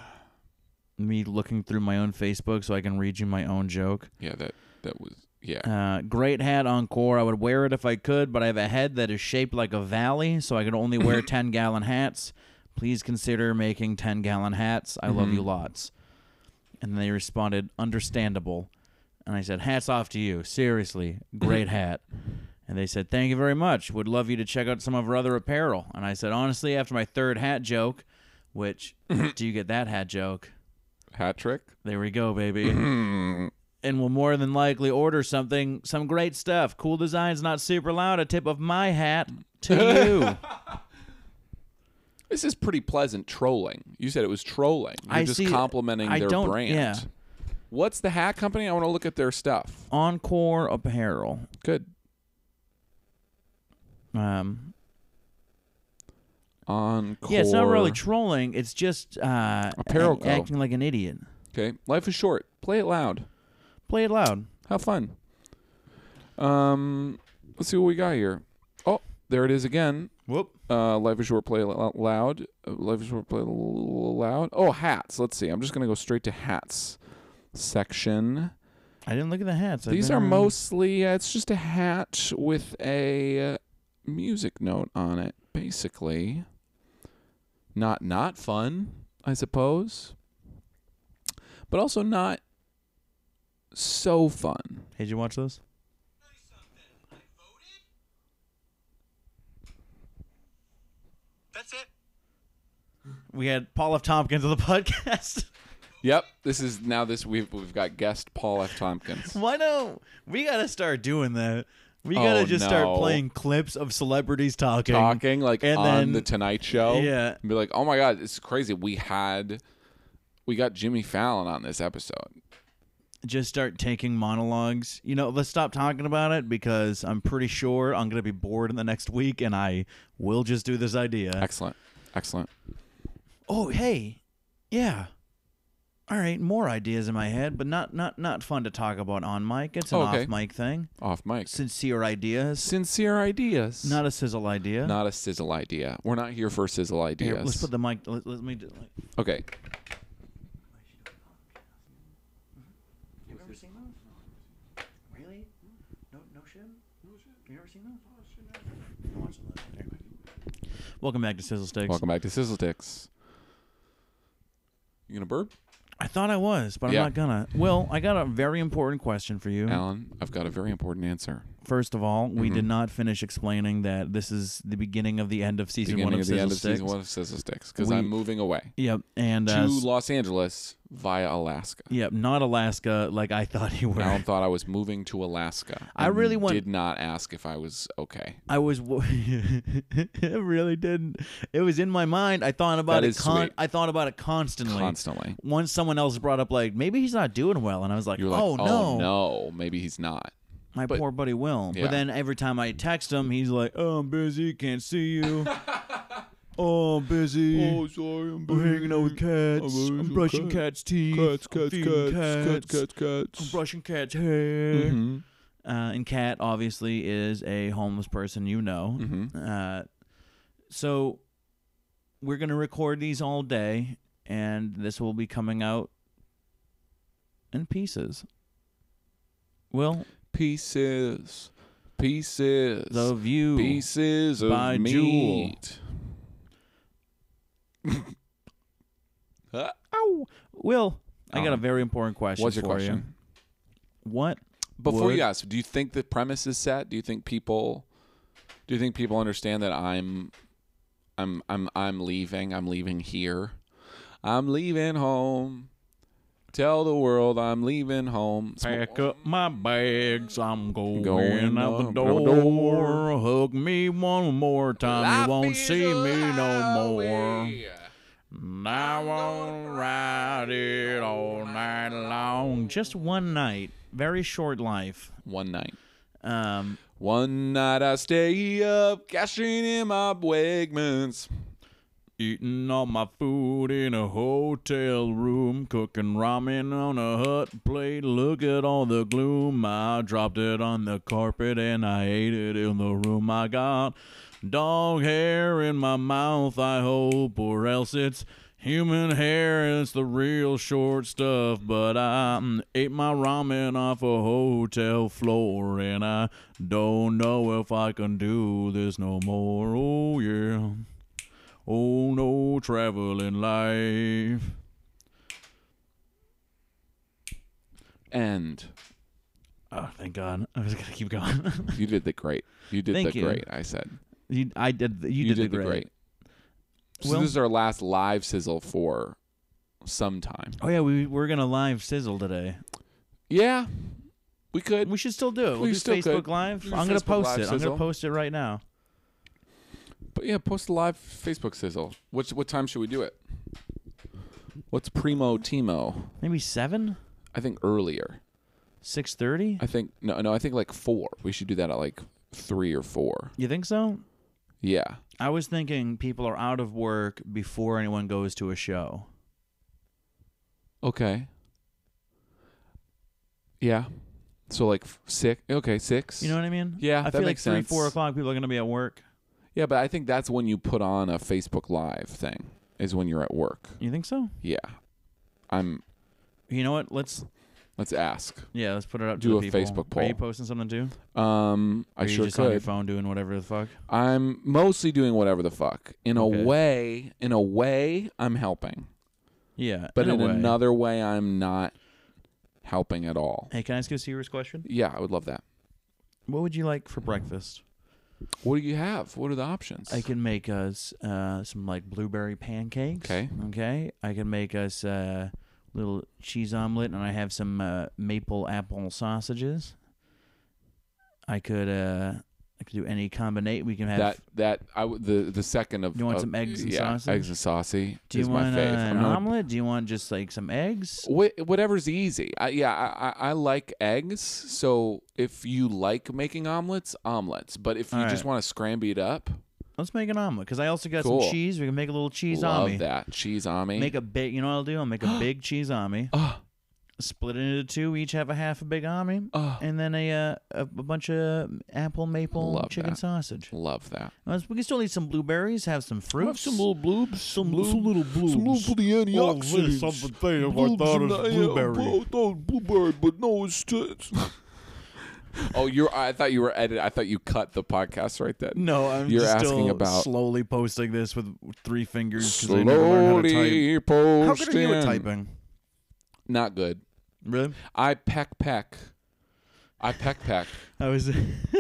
[SPEAKER 3] Me looking through my own Facebook so I can read you my own joke.
[SPEAKER 4] Yeah. That that was yeah.
[SPEAKER 3] Uh, great hat encore. I would wear it if I could, but I have a head that is shaped like a valley, so I can only wear 10 gallon hats. Please consider making 10 gallon hats. I love you lots. And they responded, understandable. And I said, hats off to you. Seriously, great hat. And they said, thank you very much. Would love you to check out some of our other apparel. And I said, honestly, after my third hat joke, which do you get that hat joke?
[SPEAKER 4] Hat trick. Hmm.
[SPEAKER 3] There we go, baby. and will more than likely order something, some great stuff. Cool designs, not super loud. A tip of my hat to you.
[SPEAKER 4] This is pretty pleasant trolling. You said it was trolling. You're
[SPEAKER 3] I
[SPEAKER 4] just
[SPEAKER 3] see-
[SPEAKER 4] complimenting
[SPEAKER 3] I
[SPEAKER 4] their
[SPEAKER 3] don't-
[SPEAKER 4] brand.
[SPEAKER 3] yeah.
[SPEAKER 4] What's the hat company? I want to look at their stuff.
[SPEAKER 3] Encore apparel.
[SPEAKER 4] Good.
[SPEAKER 3] Um,
[SPEAKER 4] Encore.
[SPEAKER 3] yeah, it's not really trolling. It's just uh,
[SPEAKER 4] Apparel
[SPEAKER 3] act-
[SPEAKER 4] co.
[SPEAKER 3] acting like an idiot.
[SPEAKER 4] okay. Life is short. Play it loud.
[SPEAKER 3] Play it loud.
[SPEAKER 4] Have fun. Um, let's see what we got here. Oh, there it is again.
[SPEAKER 1] Whoop.
[SPEAKER 4] Uh, Life is short. Play it lou- loud. Uh, Life is short. Play it l- loud. Oh, hats. Let's see. I'm just gonna go straight to hats section.
[SPEAKER 3] I didn't look at the hats. I've
[SPEAKER 4] These
[SPEAKER 3] been
[SPEAKER 4] are
[SPEAKER 3] around-
[SPEAKER 4] mostly uh, it's just a hat with a uh, music note on it, basically. Not not fun, I suppose, but also not so fun.
[SPEAKER 3] Hey, did you watch those?
[SPEAKER 5] That's it.
[SPEAKER 3] We had Paul F. Tompkins of the podcast.
[SPEAKER 4] Yep, this is now this we've we've got guest Paul F. Tompkins.
[SPEAKER 3] Why don't we gotta start doing that? We gotta
[SPEAKER 4] Oh,
[SPEAKER 3] just start
[SPEAKER 4] no.
[SPEAKER 3] playing clips of celebrities talking.
[SPEAKER 4] talking like
[SPEAKER 3] And
[SPEAKER 4] on
[SPEAKER 3] then-
[SPEAKER 4] the Tonight Show.
[SPEAKER 3] Yeah.
[SPEAKER 4] and be like, oh my god, it's crazy. We had we got Jimmy Fallon on this episode.
[SPEAKER 3] just start taking monologues. You know, let's stop talking about it because I'm pretty sure I'm going to be bored in the next week and I will just do this idea.
[SPEAKER 4] Excellent, excellent.
[SPEAKER 3] Oh, hey. Yeah. All right, more ideas in my head, but not not not fun to talk about on mic. It's an
[SPEAKER 4] Oh, Okay.
[SPEAKER 3] off mic thing.
[SPEAKER 4] Off mic.
[SPEAKER 3] Sincere ideas,
[SPEAKER 4] sincere ideas.
[SPEAKER 3] not a sizzle idea.
[SPEAKER 4] not a sizzle idea. We're not here for sizzle ideas.
[SPEAKER 3] Here, let's put the mic. Let, let me do. Like,
[SPEAKER 4] okay.
[SPEAKER 3] you ever seen those? Really? No, no shit. No shit. You ever seen those? Welcome back to Sizzle Sticks.
[SPEAKER 4] Welcome back to Sizzle Ticks. You gonna burp,
[SPEAKER 3] I thought I was, but
[SPEAKER 4] Yeah.
[SPEAKER 3] I'm not gonna. Well, I got a very important question for you.
[SPEAKER 4] Alan? Mm-hmm. I've got a very important answer.
[SPEAKER 3] First of all, we did not finish explaining that this is the beginning of the end of season
[SPEAKER 4] Beginning
[SPEAKER 3] one of
[SPEAKER 4] of the
[SPEAKER 3] Sizzle
[SPEAKER 4] end of
[SPEAKER 3] Sticks.
[SPEAKER 4] season one of Sizzle Sticks because
[SPEAKER 3] We-
[SPEAKER 4] I'm moving away
[SPEAKER 3] Yep, and uh,
[SPEAKER 4] to
[SPEAKER 3] s-
[SPEAKER 4] Los Angeles via Alaska.
[SPEAKER 3] yep, not Alaska like I thought you were.
[SPEAKER 4] Alan thought I was moving to Alaska.
[SPEAKER 3] I
[SPEAKER 4] and
[SPEAKER 3] really want-
[SPEAKER 4] did not ask if I was okay.
[SPEAKER 3] I was. W- it really didn't. It was in my mind. I thought about
[SPEAKER 4] That
[SPEAKER 3] it.
[SPEAKER 4] is sweet.
[SPEAKER 3] I thought about it constantly.
[SPEAKER 4] Constantly,
[SPEAKER 3] Once someone else brought up like maybe he's not doing well, and I was like,
[SPEAKER 4] you're like,
[SPEAKER 3] oh,
[SPEAKER 4] oh no, maybe he's not.
[SPEAKER 3] my
[SPEAKER 4] But-
[SPEAKER 3] poor buddy Will.
[SPEAKER 4] Yeah.
[SPEAKER 3] But then every time I text him, he's like, "Oh, I'm busy, can't see you. oh, I'm busy.
[SPEAKER 2] sorry, I'm
[SPEAKER 3] I'm hanging out with cats. I'm,
[SPEAKER 2] I'm always with
[SPEAKER 3] brushing
[SPEAKER 2] cats.
[SPEAKER 3] cats' teeth. I'm feeding cats.
[SPEAKER 2] cats,
[SPEAKER 4] Mm-hmm.
[SPEAKER 3] I'm brushing cats' hair." Uh, and Kat obviously is a homeless person, you know.
[SPEAKER 4] Mm-hmm.
[SPEAKER 3] Uh, so we're gonna record these all day, and this will be coming out in pieces. Will
[SPEAKER 4] Pieces, pieces,
[SPEAKER 3] the view?
[SPEAKER 4] pieces of
[SPEAKER 3] by
[SPEAKER 4] meat.
[SPEAKER 3] Jewel.
[SPEAKER 4] Huh?
[SPEAKER 3] Ow. Will, I got a
[SPEAKER 4] Um,
[SPEAKER 3] very important question
[SPEAKER 4] What's your
[SPEAKER 3] for
[SPEAKER 4] question?
[SPEAKER 3] you. What?
[SPEAKER 4] Before
[SPEAKER 3] would-
[SPEAKER 4] you ask, do you think the premise is set? Do you think people do you think people understand that I'm I'm I'm I'm leaving. I'm leaving here. I'm leaving home. Tell the world I'm leaving home. Sm-
[SPEAKER 3] Pack up my bags, I'm going,
[SPEAKER 4] Going
[SPEAKER 3] out the
[SPEAKER 4] out the
[SPEAKER 3] door.
[SPEAKER 4] door.
[SPEAKER 3] Hug me one more time,
[SPEAKER 4] Life
[SPEAKER 3] you won't
[SPEAKER 4] is
[SPEAKER 3] see
[SPEAKER 4] a
[SPEAKER 3] me no more.
[SPEAKER 4] highway.
[SPEAKER 3] I won't ride it all night long. Just one night, very short life.
[SPEAKER 4] One night.
[SPEAKER 3] Um,
[SPEAKER 4] One night I stay up, cashing in my Wegmans.
[SPEAKER 3] eating all my food in a hotel room, cooking ramen on a hut plate. Look at all the gloom. I dropped it on the carpet and I ate it in the room. I got dog hair in my mouth, I hope, or else it's human hair. and It's the real short stuff. But I mm, ate my ramen off a hotel floor and I don't know if I can do this no more. Oh, yeah. Oh no, traveling life.
[SPEAKER 4] End.
[SPEAKER 3] Oh, thank God. I was gonna keep going.
[SPEAKER 4] You did the great. You did
[SPEAKER 3] Thank
[SPEAKER 4] the
[SPEAKER 3] you.
[SPEAKER 4] great. I said.
[SPEAKER 3] you, I did. You,
[SPEAKER 4] You,
[SPEAKER 3] did,
[SPEAKER 4] did,
[SPEAKER 3] the
[SPEAKER 4] the
[SPEAKER 3] great.
[SPEAKER 4] great. So
[SPEAKER 3] Well-
[SPEAKER 4] this is our last live sizzle for some time.
[SPEAKER 3] Oh yeah, we we're gonna live sizzle today.
[SPEAKER 4] Yeah, we could.
[SPEAKER 3] We should still do it. We'll
[SPEAKER 4] We
[SPEAKER 3] do
[SPEAKER 4] still
[SPEAKER 3] Facebook
[SPEAKER 4] could.
[SPEAKER 3] Live.
[SPEAKER 4] Do
[SPEAKER 3] I'm gonna
[SPEAKER 4] Facebook
[SPEAKER 3] post
[SPEAKER 4] Live
[SPEAKER 3] it. I'm
[SPEAKER 4] sizzle.
[SPEAKER 3] gonna post it right now.
[SPEAKER 4] But yeah, post a live Facebook sizzle. What what time should we do it? What's primo timo?
[SPEAKER 3] Maybe seven,
[SPEAKER 4] I think earlier.
[SPEAKER 3] six thirty.
[SPEAKER 4] I think no no. I think like four. We should do that at like three or four.
[SPEAKER 3] You think so?
[SPEAKER 4] Yeah.
[SPEAKER 3] I was thinking people are out of work before anyone goes to a show.
[SPEAKER 4] Okay. Yeah. So like f- six. Okay, six.
[SPEAKER 3] You know what I mean?
[SPEAKER 4] Yeah,
[SPEAKER 3] I
[SPEAKER 4] that
[SPEAKER 3] feel like
[SPEAKER 4] makes
[SPEAKER 3] three, four
[SPEAKER 4] sense.
[SPEAKER 3] o'clock. People are gonna be at work.
[SPEAKER 4] Yeah, but I think that's when you put on a Facebook Live thing. Is when you're at work.
[SPEAKER 3] You think so?
[SPEAKER 4] Yeah. I'm.
[SPEAKER 3] You know what? Let's
[SPEAKER 4] Let's ask.
[SPEAKER 3] yeah, let's put it up to
[SPEAKER 4] Do
[SPEAKER 3] the
[SPEAKER 4] a
[SPEAKER 3] people.
[SPEAKER 4] Facebook
[SPEAKER 3] Are you
[SPEAKER 4] poll.
[SPEAKER 3] posting something too?
[SPEAKER 4] Um, I
[SPEAKER 3] Are you
[SPEAKER 4] sure
[SPEAKER 3] just
[SPEAKER 4] could.
[SPEAKER 3] on your phone doing whatever the fuck?
[SPEAKER 4] I'm mostly doing whatever the fuck. In a
[SPEAKER 3] Okay.
[SPEAKER 4] way, in a way, I'm helping,
[SPEAKER 3] Yeah,
[SPEAKER 4] but in,
[SPEAKER 3] in, a way.
[SPEAKER 4] another way, I'm not helping at all.
[SPEAKER 3] Hey, can I ask you a serious question?
[SPEAKER 4] Yeah, I would love that.
[SPEAKER 3] What would you like for breakfast?
[SPEAKER 4] What do you have? What are the options?
[SPEAKER 3] I can make us uh, some like blueberry pancakes.
[SPEAKER 4] Okay.
[SPEAKER 3] Okay. I can make us uh, little cheese omelet, and I have some uh, maple apple sausages. I could uh, I could do any combination. We can have.
[SPEAKER 4] that that I w- the the second of
[SPEAKER 3] You want
[SPEAKER 4] of-
[SPEAKER 3] some eggs and
[SPEAKER 4] yeah,
[SPEAKER 3] sausage?
[SPEAKER 4] eggs and saucy
[SPEAKER 3] do you
[SPEAKER 4] is
[SPEAKER 3] want
[SPEAKER 4] my fave.
[SPEAKER 3] uh, an
[SPEAKER 4] I'm not a-
[SPEAKER 3] omelet? Do you want just like some eggs?
[SPEAKER 4] Wh- whatever's easy. I, yeah, I, I I like eggs. So if you like making omelets, omelets. But if you
[SPEAKER 3] All
[SPEAKER 4] just
[SPEAKER 3] right.
[SPEAKER 4] want to scramble it up,
[SPEAKER 3] Let's make an omelet because I also got
[SPEAKER 4] Cool.
[SPEAKER 3] some cheese. We can make a little cheese
[SPEAKER 4] love
[SPEAKER 3] omelet.
[SPEAKER 4] that cheese ami.
[SPEAKER 3] Make a big. You know what I'll do? I'll make a big cheese ami.
[SPEAKER 4] Ah.
[SPEAKER 3] Split it into two. We each have a half a big ami,
[SPEAKER 4] Ah.
[SPEAKER 3] and then a, uh, a a bunch of apple maple
[SPEAKER 4] Love
[SPEAKER 3] chicken
[SPEAKER 4] that.
[SPEAKER 3] sausage.
[SPEAKER 4] love that.
[SPEAKER 3] Uh, We can still eat some blueberries. Have some fruits.
[SPEAKER 4] Have some little bloobs.
[SPEAKER 3] some, some little blues.
[SPEAKER 1] Oh, this is something I thought it was blueberry.
[SPEAKER 4] blueberry, but no, it's tits. oh, you're. I thought you were edit. I thought you cut the podcast right then.
[SPEAKER 3] No, I'm
[SPEAKER 4] You're
[SPEAKER 3] just
[SPEAKER 4] asking
[SPEAKER 3] still
[SPEAKER 4] about-
[SPEAKER 3] slowly posting this with three fingers because I never learned how to type.
[SPEAKER 4] Slowly posting.
[SPEAKER 3] How good are you at typing?
[SPEAKER 4] Not good.
[SPEAKER 3] Really?
[SPEAKER 4] I peck peck. I peck peck.
[SPEAKER 3] I was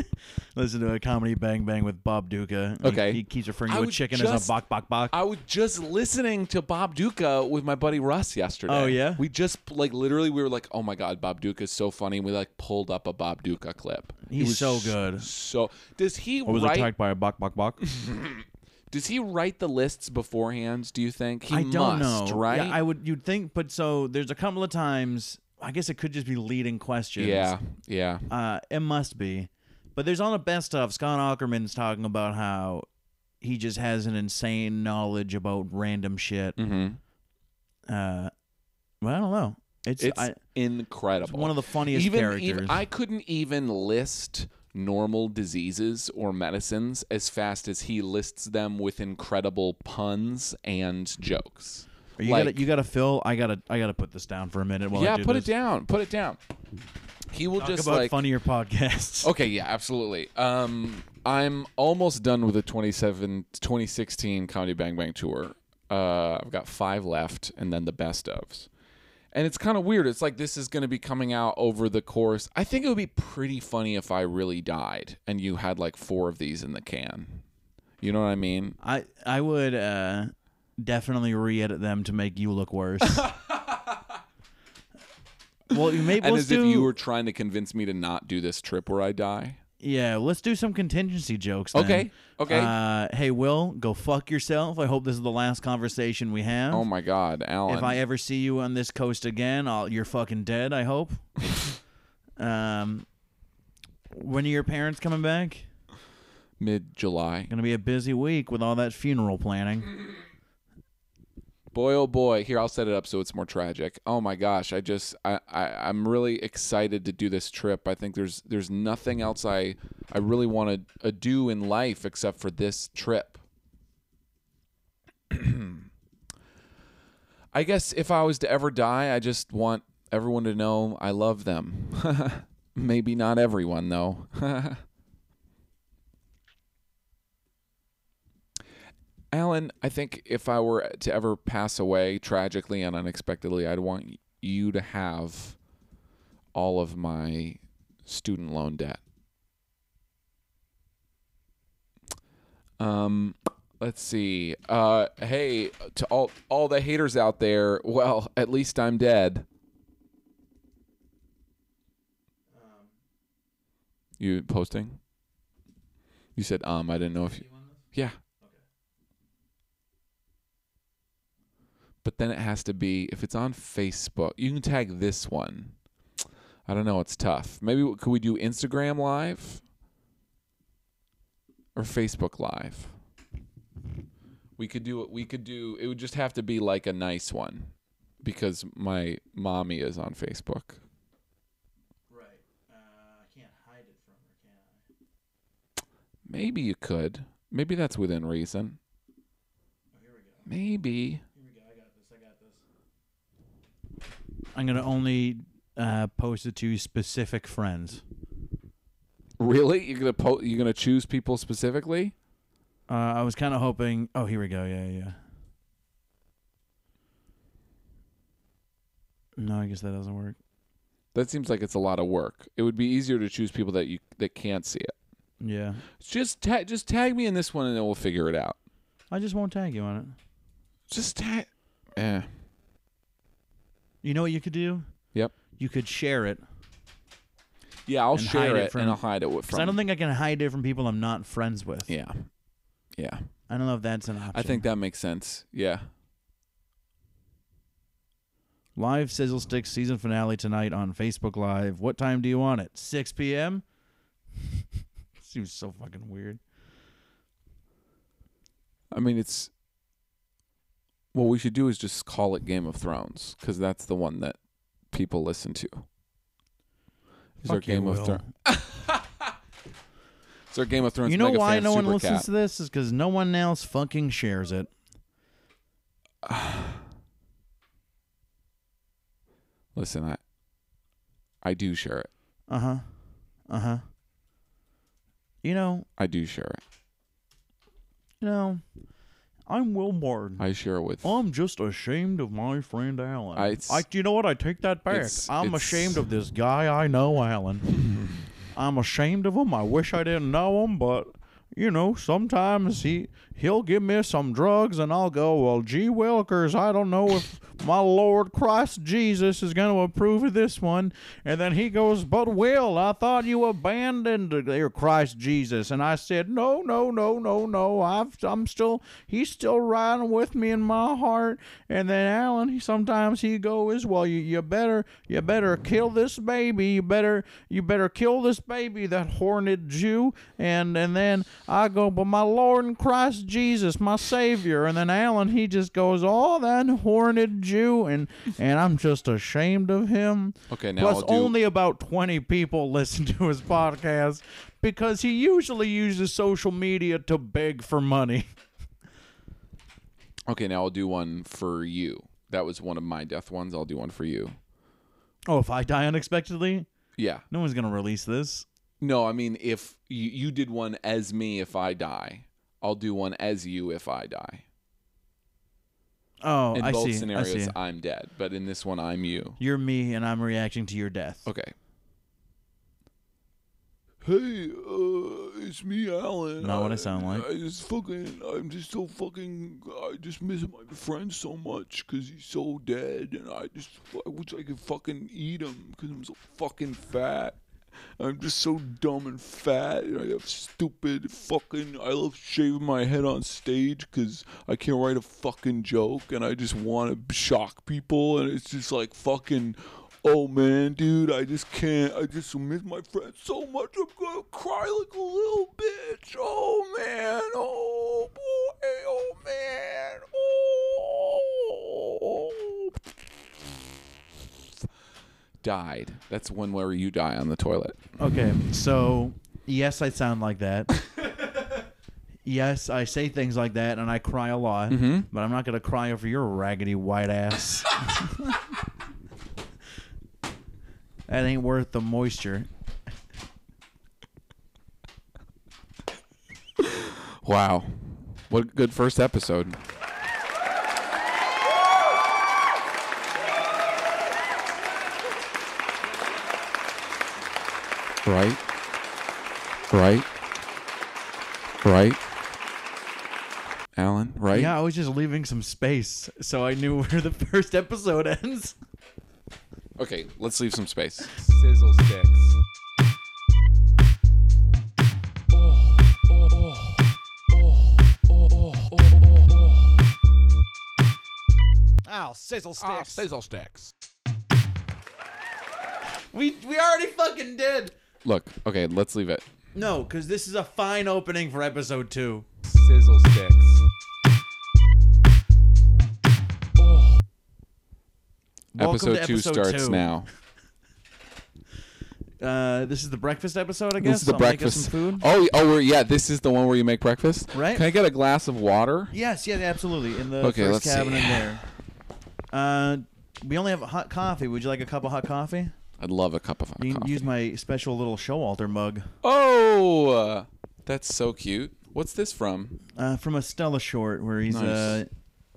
[SPEAKER 3] listening to a comedy Bang Bang with Bob Duca. He-
[SPEAKER 4] Okay.
[SPEAKER 3] He, keeps referring
[SPEAKER 4] I
[SPEAKER 3] to a
[SPEAKER 4] would
[SPEAKER 3] chicken as
[SPEAKER 4] just-
[SPEAKER 3] a bok bok bok.
[SPEAKER 4] I was just listening to Bob Duca with my buddy Russ yesterday.
[SPEAKER 3] Oh, yeah?
[SPEAKER 4] we just like literally we were like, oh my god, Bob Duca's so funny. We like pulled up a Bob Duca clip. He
[SPEAKER 3] He's
[SPEAKER 4] was
[SPEAKER 3] so good.
[SPEAKER 4] So does he
[SPEAKER 3] I was
[SPEAKER 4] write?
[SPEAKER 3] attacked by a bok bok bok.
[SPEAKER 4] Does he write the lists beforehand? Do you think he
[SPEAKER 3] I don't
[SPEAKER 4] must,
[SPEAKER 3] know.
[SPEAKER 4] Right?
[SPEAKER 3] Yeah, I would. You'd think, but so there's a couple of times. I guess it could just be leading questions.
[SPEAKER 4] yeah, yeah.
[SPEAKER 3] Uh, it must be. But there's all the best stuff. Scott Ackerman's talking about how he just has an
[SPEAKER 4] Mm.
[SPEAKER 3] insane knowledge about random shit.
[SPEAKER 4] Mm-hmm.
[SPEAKER 3] Uh, well, I don't know. It's,
[SPEAKER 4] It's
[SPEAKER 3] I,
[SPEAKER 4] incredible.
[SPEAKER 3] one of the funniest
[SPEAKER 4] even,
[SPEAKER 3] characters.
[SPEAKER 4] Even, I couldn't even list normal diseases or medicines as fast as he lists them with incredible puns and jokes.
[SPEAKER 3] you
[SPEAKER 4] Like-
[SPEAKER 3] gotta you gotta fill. I gotta I gotta put this down for a minute. While Oh, I
[SPEAKER 4] yeah,
[SPEAKER 3] do
[SPEAKER 4] put
[SPEAKER 3] this.
[SPEAKER 4] it down. Put it down. He will
[SPEAKER 3] Talk
[SPEAKER 4] just
[SPEAKER 3] about
[SPEAKER 4] like
[SPEAKER 3] funnier podcasts.
[SPEAKER 4] Okay, yeah, absolutely. Um, I'm almost done with the 27, 2016 Comedy Bang Bang tour. Uh, I've got five left, and then the best ofs. And it's kind of weird. It's like this is going to be coming out over the course. I think it would be pretty funny if I really died and you had like four of these in the can. You know what I mean?
[SPEAKER 3] I I would uh, definitely re-edit them to make you look worse. well, you may,
[SPEAKER 4] and
[SPEAKER 3] let's
[SPEAKER 4] as
[SPEAKER 3] do
[SPEAKER 4] if you were trying to convince me to not do this trip where I die.
[SPEAKER 3] yeah. Let's do some contingency jokes. then.
[SPEAKER 4] Okay, okay.
[SPEAKER 3] Uh, hey, Will, go fuck yourself. I hope this is the last conversation we have.
[SPEAKER 4] Oh my God, Alan.
[SPEAKER 3] if I ever see you on this coast again, I'll, you're fucking dead. I hope. um, when are your parents coming back?
[SPEAKER 4] Mid July.
[SPEAKER 3] Gonna be a busy week with all that funeral planning.
[SPEAKER 4] boy oh boy here i'll set it up so it's more tragic oh my gosh i just I, I i'm really excited to do this trip i think there's there's nothing else i i really want to uh, do in life except for this trip i guess if i was to ever die i just want everyone to know i love them maybe not everyone though Alan, I think if I were to ever pass away tragically and unexpectedly, I'd want you to have all of my student loan debt. Um, let's see. Uh, hey, to all all the haters out there. Well, at least I'm dead. You posting? You said um. I didn't know if you. Yeah. but then it has to be if it's on Facebook. You can tag this one. I don't know. It's tough. Maybe w- could we do Instagram Live or Facebook Live? We could do it. We could do. It would just have to be like a nice one, because my mommy is on Facebook.
[SPEAKER 3] Right. Uh, I can't hide it from her, can I?
[SPEAKER 4] Maybe you could. Maybe that's within reason. Maybe.
[SPEAKER 3] I'm gonna only uh, post it to specific friends.
[SPEAKER 4] Really? You're gonna po- you're gonna choose people specifically?
[SPEAKER 3] Uh, I was kind of hoping. Oh, here we go. Yeah, yeah. No, I guess that doesn't work.
[SPEAKER 4] That seems like it's a lot of work. It would be easier to choose people that you that can't see it.
[SPEAKER 3] Yeah,
[SPEAKER 4] Just ta- just tag me in this one and then we'll figure it out.
[SPEAKER 3] I just won't tag you on it.
[SPEAKER 4] Just tag. Eh.
[SPEAKER 3] You know what you could do?
[SPEAKER 4] Yep.
[SPEAKER 3] You could share it.
[SPEAKER 4] Yeah, I'll
[SPEAKER 3] And hide
[SPEAKER 4] share
[SPEAKER 3] it
[SPEAKER 4] it,
[SPEAKER 3] from-
[SPEAKER 4] and I'll hide it with-
[SPEAKER 3] Because
[SPEAKER 4] from.
[SPEAKER 3] I don't think I can hide it from people I'm not friends with.
[SPEAKER 4] Yeah. Yeah.
[SPEAKER 3] I don't know if that's an option.
[SPEAKER 4] I think that makes sense. Yeah.
[SPEAKER 3] Live Sizzle Sticks season finale tonight on Facebook Live. What time do you want it? 6 p.m.? Seems so fucking weird.
[SPEAKER 4] I mean, it's. What we should do is just call it Game of Thrones because that's the one that people listen to. Is there
[SPEAKER 3] Fuck you,
[SPEAKER 4] Game of
[SPEAKER 3] Will.
[SPEAKER 4] Thrones? Is there Game of Thrones?
[SPEAKER 3] You know
[SPEAKER 4] mega
[SPEAKER 3] why
[SPEAKER 4] fan
[SPEAKER 3] no one
[SPEAKER 4] Supercat?
[SPEAKER 3] listens to this? Is because no one else fucking shares it.
[SPEAKER 4] Listen, I. I do share it.
[SPEAKER 3] Uh huh. Uh huh. You know,
[SPEAKER 4] I do share it.
[SPEAKER 3] you know, I'm Will Martin.
[SPEAKER 4] I share it with.
[SPEAKER 3] I'm just ashamed of my friend Alan.
[SPEAKER 4] I- it's-
[SPEAKER 3] I, you know what? I take that back.
[SPEAKER 4] it's-
[SPEAKER 3] I'm
[SPEAKER 4] it's-
[SPEAKER 3] ashamed of this guy I know, Alan. I'm ashamed of him. I wish I didn't know him, but you know, sometimes he he'll give me some drugs, and I'll go, well, gee willikers, I don't know if my Lord Christ Jesus is going to approve of this one. And then he goes, but Will, I thought you abandoned your Christ Jesus, and I said, no, no, no, no, no, I've I'm still he's still riding with me in my heart. And then Alan, he sometimes he goes, well, you, you better you better kill this baby, you better you better kill this baby, that horned Jew. And and then I go, but my Lord and Christ Jesus, my Savior. And then Alan, he just goes, oh, that horned Jew. you, and and I'm just ashamed of him.
[SPEAKER 4] Okay, now
[SPEAKER 3] Plus,
[SPEAKER 4] I'll do-
[SPEAKER 3] only about 20 people listen to his podcast because he usually uses social media to beg for money.
[SPEAKER 4] Okay, now I'll do one for you. That was one of my death ones. I'll do one for you.
[SPEAKER 3] Oh, if I die unexpectedly,
[SPEAKER 4] Yeah.
[SPEAKER 3] no one's gonna release this.
[SPEAKER 4] No, I mean if you, you did one as me if I die, I'll do one as you if I die.
[SPEAKER 3] Oh,
[SPEAKER 4] In
[SPEAKER 3] I
[SPEAKER 4] both
[SPEAKER 3] see.
[SPEAKER 4] scenarios,
[SPEAKER 3] I see.
[SPEAKER 4] I'm dead, but in this one, I'm you.
[SPEAKER 3] You're me, and I'm reacting to your death.
[SPEAKER 4] Okay. Hey, uh, it's me, Alan.
[SPEAKER 3] Not what I sound like.
[SPEAKER 4] I just fucking, I'm just so fucking, I just miss my friend so much because he's so dead, and I just, I wish I could fucking eat him because I'm so fucking fat. I'm just so dumb and fat, and I have stupid fucking. I love shaving my head on stage because I can't write a fucking joke, and I just want to shock people, and it's just like fucking. Oh man, dude, I just can't. I just miss my friends so much. I'm gonna cry like a little bitch. Oh man, oh boy, oh man, oh. Died. That's one where you die on the toilet.
[SPEAKER 3] Okay, so yes, I sound like that. yes, I say things like that, and I cry a lot. But I'm not gonna cry over your raggedy white ass. that ain't worth the moisture.
[SPEAKER 4] Wow. What a good first episode. Right? Right? Right? Alan, right?
[SPEAKER 3] Yeah, I was just leaving some space so I knew where the first episode ends.
[SPEAKER 4] Okay, let's leave some space.
[SPEAKER 2] Sizzle sticks. Oh, oh, oh, oh, oh, oh, oh, oh, oh.
[SPEAKER 6] Ow, sizzle sticks.
[SPEAKER 3] Ah,
[SPEAKER 2] sizzle sticks.
[SPEAKER 3] We we already fucking did.
[SPEAKER 4] Look, okay, let's leave it.
[SPEAKER 3] No, because this is a fine opening for episode two.
[SPEAKER 2] Sizzle sticks. Oh,
[SPEAKER 3] Welcome
[SPEAKER 4] episode
[SPEAKER 3] to
[SPEAKER 4] two
[SPEAKER 3] episode
[SPEAKER 4] starts
[SPEAKER 3] two.
[SPEAKER 4] now.
[SPEAKER 3] Uh, this is the breakfast episode, I guess.
[SPEAKER 4] This is the
[SPEAKER 3] I'll make us
[SPEAKER 4] breakfast.
[SPEAKER 3] some food.
[SPEAKER 4] Oh, oh, we're, yeah. This is the one where you make breakfast.
[SPEAKER 3] Right.
[SPEAKER 4] Can I get a glass of water?
[SPEAKER 3] Yes, yeah, absolutely. In the
[SPEAKER 4] Okay,
[SPEAKER 3] 1st
[SPEAKER 4] let's see.
[SPEAKER 3] cabinet there. Uh, we only have hot coffee. Would you like a cup of hot coffee?
[SPEAKER 4] I'd love a cup of hot
[SPEAKER 3] You can
[SPEAKER 4] coffee.
[SPEAKER 3] use my special little show altar mug
[SPEAKER 4] Oh, uh, that's so cute. What's this from?
[SPEAKER 3] uh, from a Stella short where he's
[SPEAKER 4] Nice.
[SPEAKER 3] uh,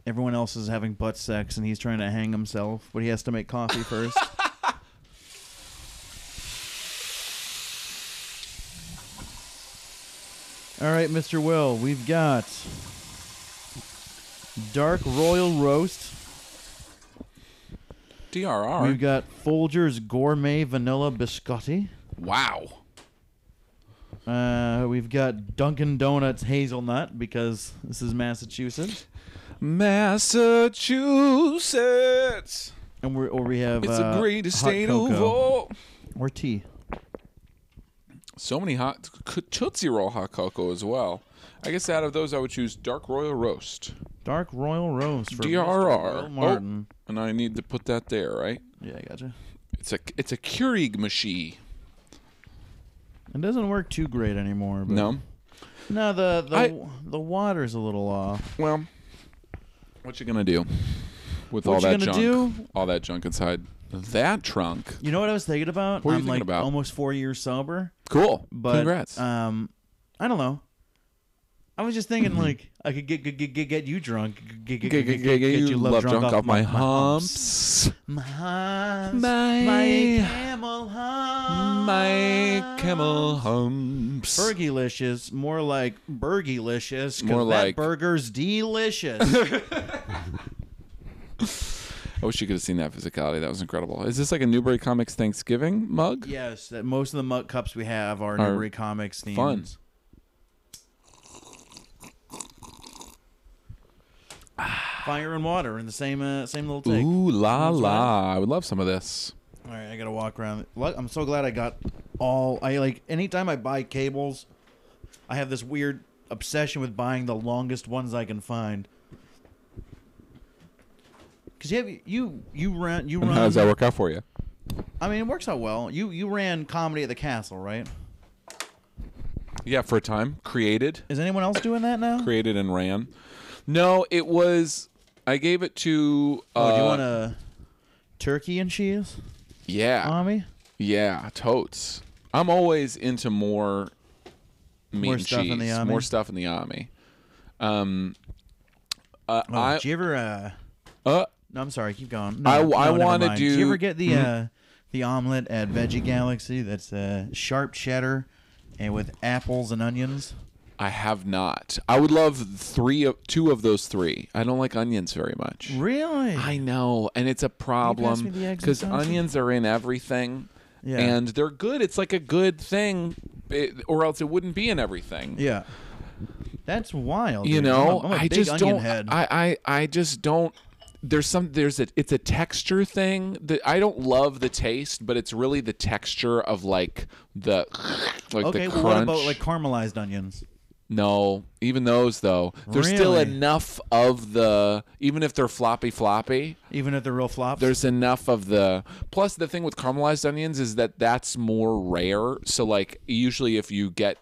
[SPEAKER 3] everyone else is having butt sex and he's trying to hang himself, but he has to make coffee first. All right, Mr. Will, we've got dark royal roast.
[SPEAKER 4] DRR.
[SPEAKER 3] We've got Folgers Gourmet Vanilla Biscotti.
[SPEAKER 4] wow.
[SPEAKER 3] Uh, we've got Dunkin' Donuts Hazelnut because this is Massachusetts.
[SPEAKER 4] Massachusetts.
[SPEAKER 3] And we're, or we have
[SPEAKER 4] It's
[SPEAKER 3] uh,
[SPEAKER 4] the greatest
[SPEAKER 3] hot
[SPEAKER 4] state
[SPEAKER 3] cocoa
[SPEAKER 4] of all.
[SPEAKER 3] Or tea.
[SPEAKER 4] So many hot c- Tootsie Roll hot cocoa as well. I guess out of those, I would choose Dark Royal Roast.
[SPEAKER 3] Dark Royal Roast for Mr.
[SPEAKER 4] DRR.
[SPEAKER 3] Will
[SPEAKER 4] Oh,
[SPEAKER 3] Martin.
[SPEAKER 4] and I need to put that there, right?
[SPEAKER 3] Yeah, I gotcha.
[SPEAKER 4] It's a it's a Keurig machine.
[SPEAKER 3] It doesn't work too great anymore. But
[SPEAKER 4] No.
[SPEAKER 3] No, the the,
[SPEAKER 4] I-
[SPEAKER 3] the water's a little off.
[SPEAKER 4] Well, what you gonna do with
[SPEAKER 3] What
[SPEAKER 4] all
[SPEAKER 3] you
[SPEAKER 4] that
[SPEAKER 3] gonna
[SPEAKER 4] junk?
[SPEAKER 3] do?
[SPEAKER 4] All that junk inside that trunk.
[SPEAKER 3] You know what I was thinking about?
[SPEAKER 4] What were you
[SPEAKER 3] I'm
[SPEAKER 4] thinking
[SPEAKER 3] like
[SPEAKER 4] about?
[SPEAKER 3] almost four years sober.
[SPEAKER 4] Cool.
[SPEAKER 3] But
[SPEAKER 4] Congrats.
[SPEAKER 3] um I don't know. I was just thinking like I could get get get, get, get you drunk, get, get, get, get, get, you love drunk, off my, humps. My humps,
[SPEAKER 4] My-
[SPEAKER 3] my camel humps,
[SPEAKER 4] My camel humps.
[SPEAKER 3] Burgylicious, more like burgylicious. 'cause
[SPEAKER 4] More
[SPEAKER 3] that
[SPEAKER 4] like-
[SPEAKER 3] burger's delicious.
[SPEAKER 4] I wish you could have seen that physicality. That was incredible. Is this like a Newberry Comics Thanksgiving mug?
[SPEAKER 3] yes, that most of the mug cups we have are,
[SPEAKER 4] Are
[SPEAKER 3] Newbury Comics themed.
[SPEAKER 4] fun.
[SPEAKER 3] Fire and water in the same uh, same little take.
[SPEAKER 4] Ooh la
[SPEAKER 3] That's
[SPEAKER 4] la! I would love some of this.
[SPEAKER 3] All right, I gotta walk around. Look, I'm so glad I got all. I like anytime I buy cables, I have this weird obsession with buying the longest ones I can find. Because you have you you ran you run.
[SPEAKER 4] How does that work out for you?
[SPEAKER 3] I mean, it works out well. You you ran comedy at the castle, right?
[SPEAKER 4] Yeah, for a time. Created.
[SPEAKER 3] Is anyone else doing that now?
[SPEAKER 4] Created and ran. No, it was. I gave it to. Uh,
[SPEAKER 3] oh, do you want a turkey and cheese,
[SPEAKER 4] Yeah.
[SPEAKER 3] mommy?
[SPEAKER 4] Yeah, totes. I'm always into more meat
[SPEAKER 3] More
[SPEAKER 4] and
[SPEAKER 3] stuff
[SPEAKER 4] cheese,
[SPEAKER 3] in the yummy.
[SPEAKER 4] more stuff in the yummy. Um, uh,
[SPEAKER 3] Oh,
[SPEAKER 4] I,
[SPEAKER 3] do you ever? Uh,
[SPEAKER 4] uh,
[SPEAKER 3] no, I'm sorry. Keep going. No,
[SPEAKER 4] I-
[SPEAKER 3] no,
[SPEAKER 4] I
[SPEAKER 3] never
[SPEAKER 4] wanna
[SPEAKER 3] mind. Do you
[SPEAKER 4] do- Mm-hmm.
[SPEAKER 3] ever get the uh, the omelet at Veggie Galaxy? That's uh, sharp cheddar, and with apples and onions.
[SPEAKER 4] I have not. I would love three, of, two of those three. I don't like onions very much.
[SPEAKER 3] Really?
[SPEAKER 4] I know, and it's a problem
[SPEAKER 3] me the eggs and
[SPEAKER 4] because
[SPEAKER 3] sausage?
[SPEAKER 4] onions are in everything,
[SPEAKER 3] Yeah.
[SPEAKER 4] and they're good. It's like a good thing, it- or else it wouldn't be in everything.
[SPEAKER 3] yeah. That's wild.
[SPEAKER 4] you
[SPEAKER 3] dude.
[SPEAKER 4] know
[SPEAKER 3] I'm a- I'm a
[SPEAKER 4] i
[SPEAKER 3] big
[SPEAKER 4] just
[SPEAKER 3] onion
[SPEAKER 4] don't
[SPEAKER 3] Head.
[SPEAKER 4] I, I i just don't there's some there's a it's a texture thing that i don't love the taste but it's really the texture of like the like
[SPEAKER 3] okay.
[SPEAKER 4] the crunch
[SPEAKER 3] Well, what about like caramelized onions?
[SPEAKER 4] no even those though there's still
[SPEAKER 3] Really?
[SPEAKER 4] enough of the even if they're floppy floppy
[SPEAKER 3] Even if they're real flops.
[SPEAKER 4] there's enough of the plus the thing with caramelized onions is that that's more rare so like usually if you get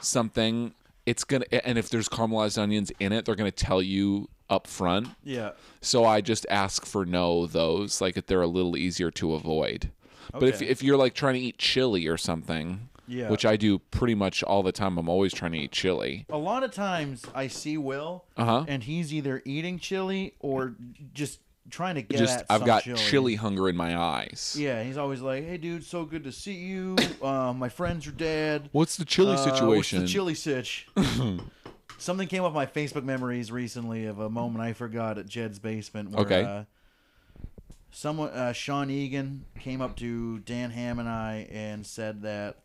[SPEAKER 4] something it's gonna and if there's caramelized onions in it they're gonna tell you up front
[SPEAKER 3] yeah.
[SPEAKER 4] so i just ask for no those like if they're a little easier to avoid but if,
[SPEAKER 3] Okay.
[SPEAKER 4] if you're like trying to eat chili or something
[SPEAKER 3] Yeah.
[SPEAKER 4] which i do pretty much all the time i'm always trying to eat chili
[SPEAKER 3] A lot of times I see Will,
[SPEAKER 4] Uh-huh.
[SPEAKER 3] and he's either eating chili or just trying to get
[SPEAKER 4] just
[SPEAKER 3] at
[SPEAKER 4] i've
[SPEAKER 3] some
[SPEAKER 4] got
[SPEAKER 3] chili.
[SPEAKER 4] chili hunger in my eyes
[SPEAKER 3] Yeah, he's always like, "Hey, dude, so good to see you. Uh, my friends are dead.
[SPEAKER 4] what's the chili
[SPEAKER 3] Uh, what's
[SPEAKER 4] situation
[SPEAKER 3] the chili sitch?" Something came up my Facebook memories recently of a moment I forgot at Jed's basement. Where,
[SPEAKER 4] Okay.
[SPEAKER 3] Uh, someone, uh, Sean Egan, came up to Dan Ham and I and said that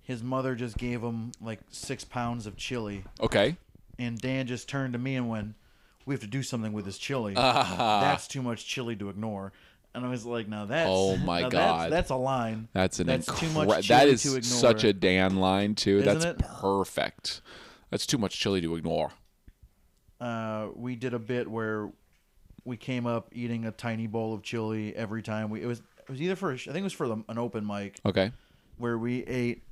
[SPEAKER 3] his mother just gave him like six pounds of chili
[SPEAKER 4] okay
[SPEAKER 3] and Dan just turned to me and went, "We have to do something with this chili. That's too much chili to ignore." And I was like, "No, that's
[SPEAKER 4] Oh my
[SPEAKER 3] now that's-
[SPEAKER 4] God.
[SPEAKER 3] That's, a line.
[SPEAKER 4] That's an
[SPEAKER 3] that's too much
[SPEAKER 4] incre-
[SPEAKER 3] chili
[SPEAKER 4] that is
[SPEAKER 3] to ignore.
[SPEAKER 4] such a Dan line too. that's
[SPEAKER 3] Isn't it?
[SPEAKER 4] perfect. That's too much chili to ignore.
[SPEAKER 3] Uh, we did a bit where we came up eating a tiny bowl of chili every time we it was it was either for a sh- I think it was for the, an open mic
[SPEAKER 4] Okay.
[SPEAKER 3] where we ate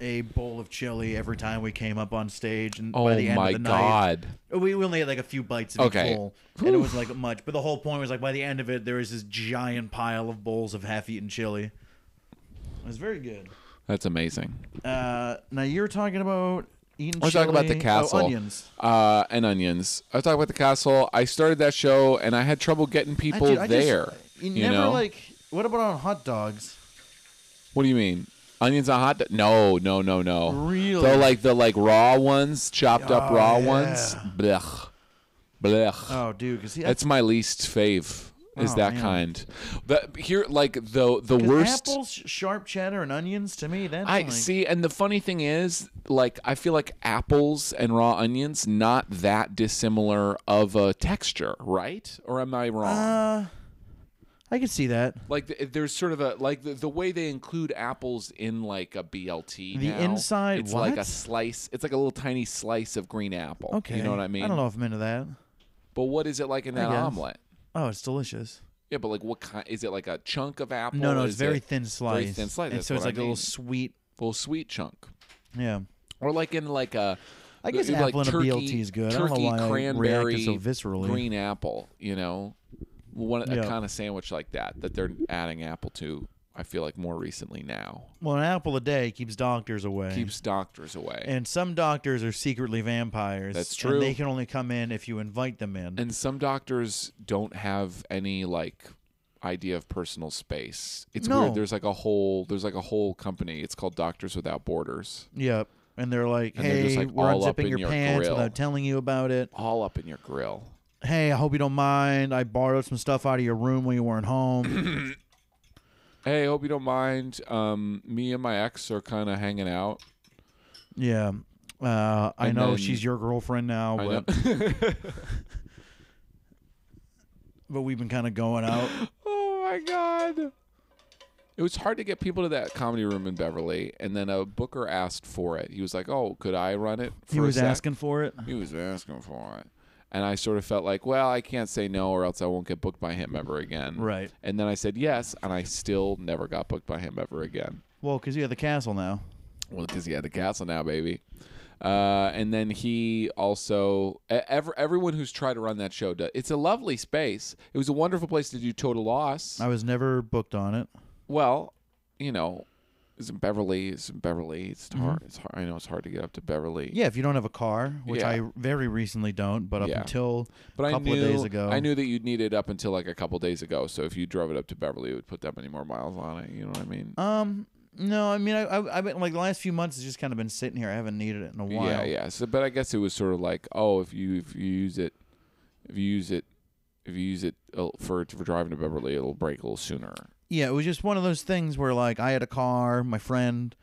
[SPEAKER 3] a bowl of chili every time we came up on stage and by
[SPEAKER 4] Oh
[SPEAKER 3] the end
[SPEAKER 4] my
[SPEAKER 3] of the night
[SPEAKER 4] god.
[SPEAKER 3] We we only had like a few bites of
[SPEAKER 4] Okay.
[SPEAKER 3] each bowl, and it was like much. But the whole point was like by the end of it, there was this giant pile of bowls of half-eaten chili. It was very good.
[SPEAKER 4] That's amazing.
[SPEAKER 3] Uh, now you were talking about eating.
[SPEAKER 4] I was talking about the
[SPEAKER 3] chili-
[SPEAKER 4] castle.
[SPEAKER 3] oh, onions.
[SPEAKER 4] Uh, and onions. I was talking about the castle. I started that show and I had trouble getting
[SPEAKER 3] I-
[SPEAKER 4] people
[SPEAKER 3] dude, I just-
[SPEAKER 4] there.
[SPEAKER 3] you,
[SPEAKER 4] you
[SPEAKER 3] never
[SPEAKER 4] know?
[SPEAKER 3] like. What about on hot dogs?
[SPEAKER 4] What do you mean? Onions on hot? do- No, no, no, no.
[SPEAKER 3] Really?
[SPEAKER 4] So like the like raw ones, chopped up
[SPEAKER 3] Oh,
[SPEAKER 4] raw
[SPEAKER 3] yeah.
[SPEAKER 4] ones. Blech. Blech.
[SPEAKER 3] Oh, dude, because
[SPEAKER 4] That's my least fave. Is
[SPEAKER 3] Oh,
[SPEAKER 4] that
[SPEAKER 3] man.
[SPEAKER 4] kind? But here, like the the worst.
[SPEAKER 3] apples, sharp cheddar, and onions. To me, that's
[SPEAKER 4] I
[SPEAKER 3] like,
[SPEAKER 4] see, and the funny thing is, like, I feel like apples and raw onions not that dissimilar of a texture, right? Or am I wrong?
[SPEAKER 3] Uh, I could see that.
[SPEAKER 4] like, th- there's sort of a like the, the way they include apples in like a BLT.
[SPEAKER 3] The
[SPEAKER 4] now,
[SPEAKER 3] inside-
[SPEAKER 4] it's like a
[SPEAKER 3] what?
[SPEAKER 4] slice. It's like a little tiny slice of green apple.
[SPEAKER 3] Okay,
[SPEAKER 4] you know what I mean?
[SPEAKER 3] I don't know if I'm into that.
[SPEAKER 4] But what is it like in
[SPEAKER 3] I
[SPEAKER 4] that
[SPEAKER 3] guess.
[SPEAKER 4] omelet?
[SPEAKER 3] Oh, it's delicious.
[SPEAKER 4] Yeah, but like, what kind? Is it like a chunk of apple?
[SPEAKER 3] No, no,
[SPEAKER 4] Oh, Is
[SPEAKER 3] it's very
[SPEAKER 4] it
[SPEAKER 3] thin slice.
[SPEAKER 4] Very thin slice.
[SPEAKER 3] And
[SPEAKER 4] that's
[SPEAKER 3] so it's
[SPEAKER 4] what I
[SPEAKER 3] like a little
[SPEAKER 4] mean.
[SPEAKER 3] sweet.
[SPEAKER 4] little sweet chunk.
[SPEAKER 3] Yeah.
[SPEAKER 4] Or like in like a
[SPEAKER 3] I guess
[SPEAKER 4] like
[SPEAKER 3] apple and a
[SPEAKER 4] turkey,
[SPEAKER 3] BLT is good. I don't know
[SPEAKER 4] Turkey
[SPEAKER 3] why I reacted
[SPEAKER 4] cranberry
[SPEAKER 3] so viscerally.
[SPEAKER 4] green apple, you know, one a
[SPEAKER 3] Yeah.
[SPEAKER 4] kind of sandwich like that that they're adding apple to. I feel like more recently now
[SPEAKER 3] Well, an apple a day keeps doctors away.
[SPEAKER 4] keeps doctors away, and,
[SPEAKER 3] And some doctors are secretly vampires.
[SPEAKER 4] That's
[SPEAKER 3] and
[SPEAKER 4] true.
[SPEAKER 3] they can only come in if you invite them in.
[SPEAKER 4] some doctors don't have any like idea of personal space. It's
[SPEAKER 3] No.
[SPEAKER 4] weird. There's like a whole there's like a whole company. It's called Doctors Without Borders.
[SPEAKER 3] yep. And they're like,
[SPEAKER 4] And
[SPEAKER 3] hey,
[SPEAKER 4] they're just, like,
[SPEAKER 3] we're
[SPEAKER 4] all up
[SPEAKER 3] unzipping
[SPEAKER 4] in
[SPEAKER 3] your,
[SPEAKER 4] your
[SPEAKER 3] pants
[SPEAKER 4] grill."
[SPEAKER 3] without telling you about it.
[SPEAKER 4] All up in your grill.
[SPEAKER 3] Hey, I hope you don't mind. I borrowed some stuff out of your room when you weren't home.
[SPEAKER 4] Hey, hope you don't mind. Um, me and my ex are kind of hanging out.
[SPEAKER 3] yeah. Uh, I
[SPEAKER 4] And
[SPEAKER 3] know
[SPEAKER 4] then-
[SPEAKER 3] she's your girlfriend now,
[SPEAKER 4] I
[SPEAKER 3] but,
[SPEAKER 4] know.
[SPEAKER 3] but we've been kind of going out.
[SPEAKER 4] Oh my god. It was hard to get people to that comedy room in Beverly, and then a booker asked for it. He was like, "Oh, could I run it?" For
[SPEAKER 3] he
[SPEAKER 4] a
[SPEAKER 3] was
[SPEAKER 4] sec?"
[SPEAKER 3] asking for it.
[SPEAKER 4] He was asking for it, And I sort of felt like, well, I can't say no or else I won't get booked by him ever again.
[SPEAKER 3] Right.
[SPEAKER 4] And then I said yes, and I still never got booked by him ever again.
[SPEAKER 3] Well, because you have the castle now.
[SPEAKER 4] Well, because he had the castle now, baby. Uh, and then he also e- ever everyone who's tried to run that show does. It's a lovely space. It was a wonderful place to do total loss.
[SPEAKER 3] I was never booked on it.
[SPEAKER 4] well, you know, it's in Beverly. It's in Beverly. It's hard. It's hard. I know it's hard to get up to Beverly.
[SPEAKER 3] Mm-hmm. Yeah, if you don't have a car, which
[SPEAKER 4] Yeah.
[SPEAKER 3] I very recently don't, but up
[SPEAKER 4] Yeah.
[SPEAKER 3] until
[SPEAKER 4] but
[SPEAKER 3] a
[SPEAKER 4] I
[SPEAKER 3] couple
[SPEAKER 4] knew
[SPEAKER 3] of days ago,
[SPEAKER 4] I knew that you'd need it up until like a couple days ago. So if you drove it up to Beverly, it would put that many more miles on it. You know what I mean?
[SPEAKER 3] Um, no, I mean, I, I, I've been like the last few months has just kind of been sitting here. I haven't needed it in a while.
[SPEAKER 4] Yeah, yeah. So, but I guess it was sort of like, oh, if you if you use it, if you use it, if you use it uh, for for driving to Beverly, it'll break a little sooner.
[SPEAKER 3] Yeah, it was just one of those things where like I had a car, my friend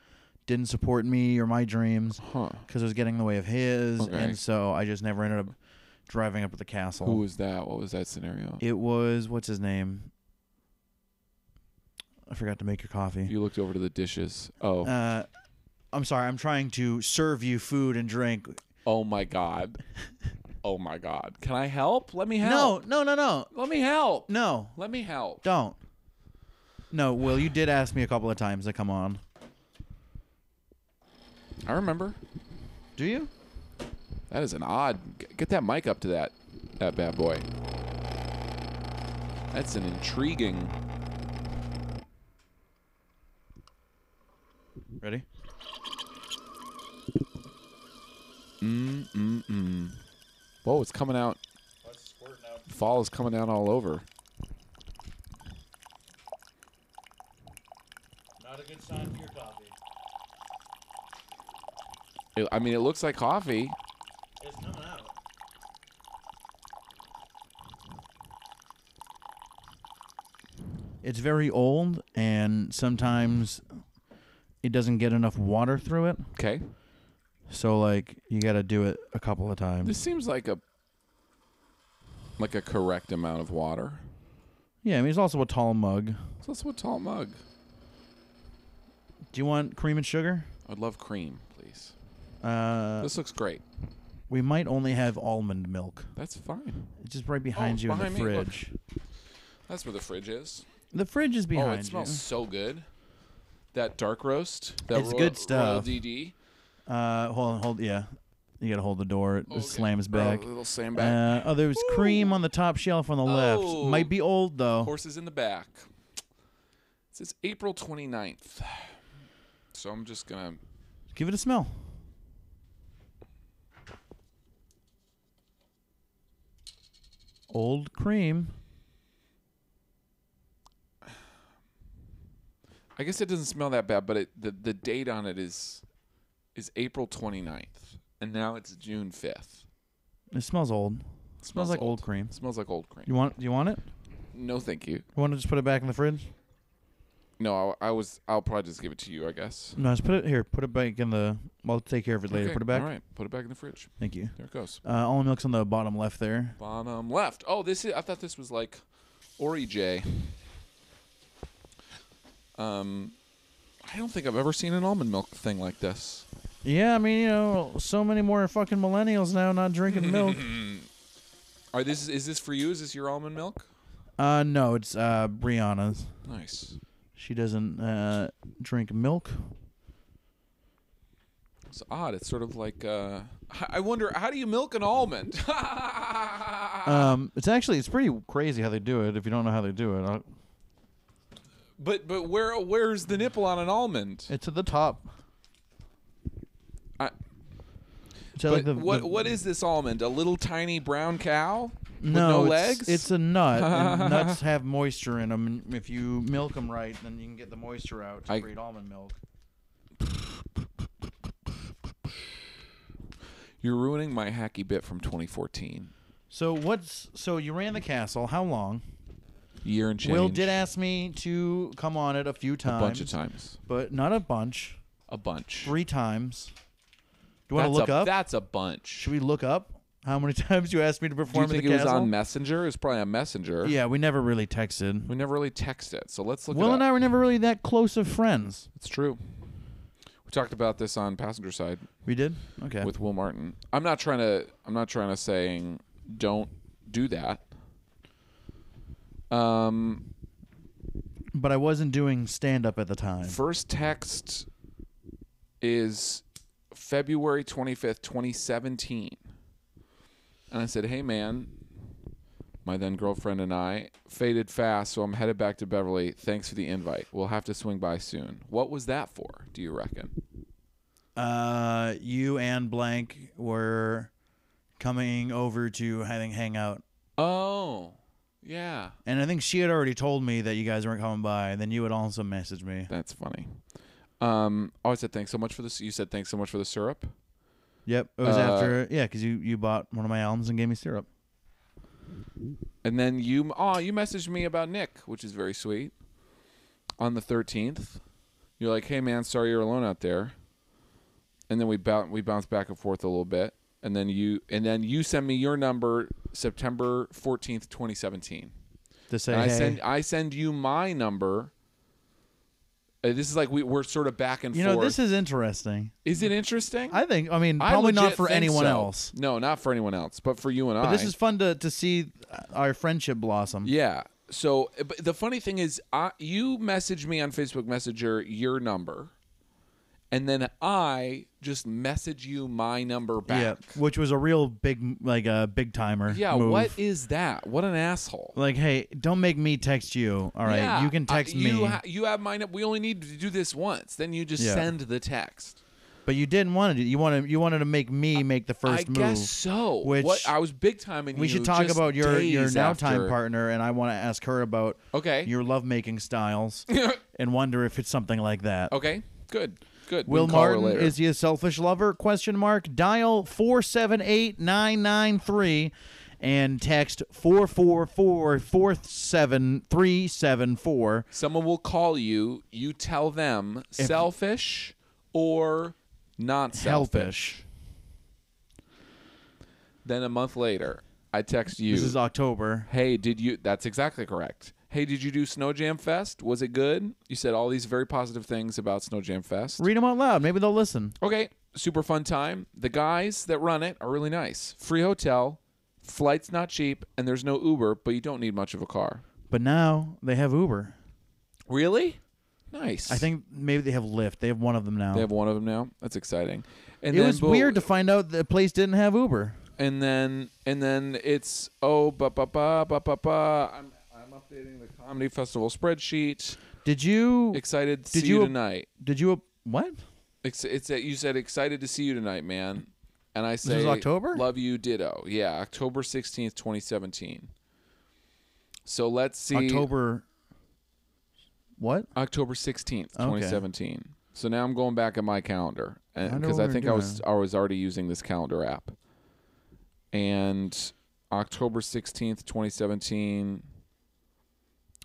[SPEAKER 3] didn't support me or my dreams
[SPEAKER 4] Huh?
[SPEAKER 3] because it was getting in the way of his,
[SPEAKER 4] Okay.
[SPEAKER 3] and so I just never ended up driving up to the castle.
[SPEAKER 4] Who was that? What was that scenario?
[SPEAKER 3] it was what's his name? I forgot to make your coffee.
[SPEAKER 4] You looked over to the dishes. Oh,
[SPEAKER 3] Uh, I'm sorry. I'm trying to serve you food and drink.
[SPEAKER 4] oh my God. Oh my God. Can I help? Let me
[SPEAKER 3] No,
[SPEAKER 4] help.
[SPEAKER 3] no, no, no,
[SPEAKER 4] Let me help.
[SPEAKER 3] no.
[SPEAKER 4] Let me help.
[SPEAKER 3] Don't. No, Will, you did ask me a couple of times to come on.
[SPEAKER 4] I remember.
[SPEAKER 3] Do you?
[SPEAKER 4] That is an odd. g- Get that mic up to that, that bad boy. That's an intriguing.
[SPEAKER 3] Ready?
[SPEAKER 4] Whoa, it's coming out. Fall is coming out all over.
[SPEAKER 3] Not a good sign for your coffee.
[SPEAKER 4] It- I mean, it looks like coffee.
[SPEAKER 3] It's coming out. It's very old, and sometimes it doesn't get enough water through it.
[SPEAKER 4] Okay.
[SPEAKER 3] So, like, you got to do it a couple of
[SPEAKER 4] This
[SPEAKER 3] times.
[SPEAKER 4] seems like a like a correct amount of water.
[SPEAKER 3] Yeah, I mean, it's also a tall mug.
[SPEAKER 4] So that's what tall mug.
[SPEAKER 3] Do you want cream and sugar?
[SPEAKER 4] I'd love cream, please.
[SPEAKER 3] Uh,
[SPEAKER 4] This looks great.
[SPEAKER 3] we might only have almond milk.
[SPEAKER 4] That's fine.
[SPEAKER 3] It's just right behind
[SPEAKER 4] Oh,
[SPEAKER 3] you
[SPEAKER 4] behind
[SPEAKER 3] in
[SPEAKER 4] me,
[SPEAKER 3] the
[SPEAKER 4] look.
[SPEAKER 3] fridge.
[SPEAKER 4] That's where the fridge is.
[SPEAKER 3] The fridge is behind
[SPEAKER 4] oh, it smells so good. That dark roast. That
[SPEAKER 3] It's
[SPEAKER 4] Roy-
[SPEAKER 3] good stuff.
[SPEAKER 4] Royal DD.
[SPEAKER 3] you. Uh, hold on, hold. Yeah, you gotta hold the door. It
[SPEAKER 4] Okay.
[SPEAKER 3] slams
[SPEAKER 4] Oh,
[SPEAKER 3] back.
[SPEAKER 4] little slam back.
[SPEAKER 3] Uh, oh, there was cream on the top shelf on the
[SPEAKER 4] Oh.
[SPEAKER 3] left. Might be old though.
[SPEAKER 4] Horses in the back. It says April 29th. So I'm just gonna.
[SPEAKER 3] Give it a smell. Old cream.
[SPEAKER 4] I guess it doesn't smell that bad, but it, the the date on it is is April 29th, and now it's June 5th.
[SPEAKER 3] It smells old.
[SPEAKER 4] It
[SPEAKER 3] smells like old cream.
[SPEAKER 4] It smells like old cream.
[SPEAKER 3] You want? Do you want it?
[SPEAKER 4] No, thank you.
[SPEAKER 3] You want to just put it back in the fridge?
[SPEAKER 4] No, I, I was. I'll probably just give it to you. I guess.
[SPEAKER 3] No, just put it here. Put it back in the. I'll take care of it later.
[SPEAKER 4] Okay,
[SPEAKER 3] Put it back.
[SPEAKER 4] All right. Put it back in the fridge.
[SPEAKER 3] Thank you.
[SPEAKER 4] There it goes.
[SPEAKER 3] Uh, almond milk's on the bottom left there.
[SPEAKER 4] Bottom left. Oh, this is. I thought this was like Ori J. Um, I don't think I've ever seen an almond milk thing like this.
[SPEAKER 3] Yeah, I mean, you know, so many more fucking millennials now not drinking milk.
[SPEAKER 4] Are this is this for you? Is this your almond milk?
[SPEAKER 3] Uh, no, it's uh Brianna's.
[SPEAKER 4] Nice.
[SPEAKER 3] She doesn't uh drink milk.
[SPEAKER 4] It's odd. It's sort of like uh, I I wonder how do you milk an almond?
[SPEAKER 3] Um, it's actually it's pretty crazy how they do it. If you don't know how they do it, Uh, I,
[SPEAKER 4] but but where where's the nipple on an almond?
[SPEAKER 3] it's at the top.
[SPEAKER 4] I-
[SPEAKER 3] It's
[SPEAKER 4] But
[SPEAKER 3] at, like, the-
[SPEAKER 4] what
[SPEAKER 3] the-
[SPEAKER 4] what is this almond? A little tiny brown cow with
[SPEAKER 3] no,
[SPEAKER 4] no,
[SPEAKER 3] it's,
[SPEAKER 4] legs?
[SPEAKER 3] It's a nut. and nuts have moisture in them. And if you milk them right, then you can get the moisture out to
[SPEAKER 4] I-
[SPEAKER 3] create almond milk.
[SPEAKER 4] You're ruining my hacky bit from 2014.
[SPEAKER 3] So what's so you ran the castle? How long?
[SPEAKER 4] Year and change.
[SPEAKER 3] Will did ask me to come on it a few
[SPEAKER 4] a
[SPEAKER 3] times,
[SPEAKER 4] bunch of times.
[SPEAKER 3] but not a bunch.
[SPEAKER 4] A bunch.
[SPEAKER 3] three times. Do you want to
[SPEAKER 4] That's
[SPEAKER 3] look
[SPEAKER 4] a,
[SPEAKER 3] up?
[SPEAKER 4] That's a bunch.
[SPEAKER 3] Should we look up how many times you asked me to
[SPEAKER 4] Do you
[SPEAKER 3] perform
[SPEAKER 4] think
[SPEAKER 3] at
[SPEAKER 4] it
[SPEAKER 3] the
[SPEAKER 4] was
[SPEAKER 3] castle?
[SPEAKER 4] on Messenger? It's probably on Messenger.
[SPEAKER 3] yeah, we never really texted.
[SPEAKER 4] We never really text it, so let's look.
[SPEAKER 3] Will
[SPEAKER 4] it
[SPEAKER 3] and
[SPEAKER 4] up.
[SPEAKER 3] I were never really that close of friends.
[SPEAKER 4] It's true. We talked about this on passenger side
[SPEAKER 3] We did. Okay.
[SPEAKER 4] with Will Martin. I'm not trying to. I'm not trying to saying don't do that. Um,
[SPEAKER 3] But I wasn't doing stand up at the time.
[SPEAKER 4] first text is February 25th, 2017. And I said, Hey, man, my then girlfriend and I faded fast, so I'm headed back to Beverly. Thanks for the invite. We'll have to swing by soon. What was that for, do you reckon?
[SPEAKER 3] Uh, you and blank were coming over to having hang out,
[SPEAKER 4] Oh, yeah.
[SPEAKER 3] and I think she had already told me that you guys weren't coming by. And then you had also messaged me.
[SPEAKER 4] That's funny. Um, oh, I said, Thanks so much for this. You said, Thanks so much for the syrup.
[SPEAKER 3] Yep, it was
[SPEAKER 4] Uh,
[SPEAKER 3] after yeah, because you you bought one of my albums and gave me syrup.
[SPEAKER 4] And then you, oh, you messaged me about Nick, which is very sweet. On the thirteenth, you're like, "Hey, man, sorry you're alone out there." And then we bounce we bounce back and forth a little bit, and then you and then you send me your number September fourteenth, twenty seventeen.
[SPEAKER 3] To say
[SPEAKER 4] And I
[SPEAKER 3] hey,
[SPEAKER 4] send I send you my number. Uh, This is like we we're sort of back and
[SPEAKER 3] you
[SPEAKER 4] forth.
[SPEAKER 3] know this is interesting.
[SPEAKER 4] is it interesting?
[SPEAKER 3] I think I mean
[SPEAKER 4] I
[SPEAKER 3] probably not
[SPEAKER 4] legit
[SPEAKER 3] for
[SPEAKER 4] think
[SPEAKER 3] anyone
[SPEAKER 4] so.
[SPEAKER 3] else,
[SPEAKER 4] No, not for anyone else, but for you and
[SPEAKER 3] but
[SPEAKER 4] I.
[SPEAKER 3] this is fun to to see our friendship blossom.
[SPEAKER 4] Yeah. So uh, but the funny thing is, I, you message me on Facebook Messenger your number, and then I just message you my number
[SPEAKER 3] Yeah,
[SPEAKER 4] back.
[SPEAKER 3] which was a real big like a big timer.
[SPEAKER 4] Yeah,
[SPEAKER 3] move.
[SPEAKER 4] what is that? What an asshole.
[SPEAKER 3] Like, hey, don't make me text you. All right,
[SPEAKER 4] Yeah,
[SPEAKER 3] you can
[SPEAKER 4] I-
[SPEAKER 3] text
[SPEAKER 4] You,
[SPEAKER 3] me,
[SPEAKER 4] ha- you have my num- We only need to do this once. Then you just
[SPEAKER 3] Yeah.
[SPEAKER 4] send the text.
[SPEAKER 3] but you didn't want to. do- You wanted you wanted to make me make the first
[SPEAKER 4] I
[SPEAKER 3] move.
[SPEAKER 4] guess so.
[SPEAKER 3] which
[SPEAKER 4] what I was big time in
[SPEAKER 3] we should talk about your your now time partner, and I want to ask her about
[SPEAKER 4] Okay.
[SPEAKER 3] your lovemaking styles, and wonder if it's something like that.
[SPEAKER 4] okay. Good. Good. We
[SPEAKER 3] Will
[SPEAKER 4] can call her
[SPEAKER 3] Martin
[SPEAKER 4] later.
[SPEAKER 3] is he a selfish lover? Question mark. Dial four seven eight nine nine three, and text four four four four seven three seven four.
[SPEAKER 4] Someone will call you. You tell them selfish or not selfish.
[SPEAKER 3] Selfish.
[SPEAKER 4] Then a month later, I text you.
[SPEAKER 3] This is October.
[SPEAKER 4] hey, did you? That's exactly correct. Hey, did you do Snow Jam Fest? Was it good? You said all these very positive things about Snow Jam Fest.
[SPEAKER 3] Read them out loud. Maybe they'll listen.
[SPEAKER 4] Okay, super fun time. The guys that run it are really nice. Free hotel, flight's not cheap, and there's no Uber, but you don't need much of a car.
[SPEAKER 3] But now they have Uber.
[SPEAKER 4] Really? Nice.
[SPEAKER 3] I think maybe they have Lyft. They have one of them now.
[SPEAKER 4] they have one of them now. That's exciting. And
[SPEAKER 3] it
[SPEAKER 4] then,
[SPEAKER 3] was
[SPEAKER 4] but-
[SPEAKER 3] weird to find out the place didn't have Uber.
[SPEAKER 4] and then and then it's oh ba ba ba ba ba ba. I'm I'm updating the comedy festival spreadsheet.
[SPEAKER 3] Did you?
[SPEAKER 4] Excited to
[SPEAKER 3] Did
[SPEAKER 4] see you,
[SPEAKER 3] you-
[SPEAKER 4] tonight.
[SPEAKER 3] did you? What?
[SPEAKER 4] It's, it's that you said excited to see you tonight, man. And I say
[SPEAKER 3] was October?
[SPEAKER 4] Love you, ditto. Yeah, October sixteenth, twenty seventeen. So let's see
[SPEAKER 3] October. What?
[SPEAKER 4] October sixteenth,
[SPEAKER 3] Okay.
[SPEAKER 4] twenty seventeen. So now I'm going back at my calendar
[SPEAKER 3] Wonder
[SPEAKER 4] because
[SPEAKER 3] what
[SPEAKER 4] I
[SPEAKER 3] we're
[SPEAKER 4] think I was
[SPEAKER 3] doing.
[SPEAKER 4] I was already using this calendar app. And October sixteenth, twenty seventeen.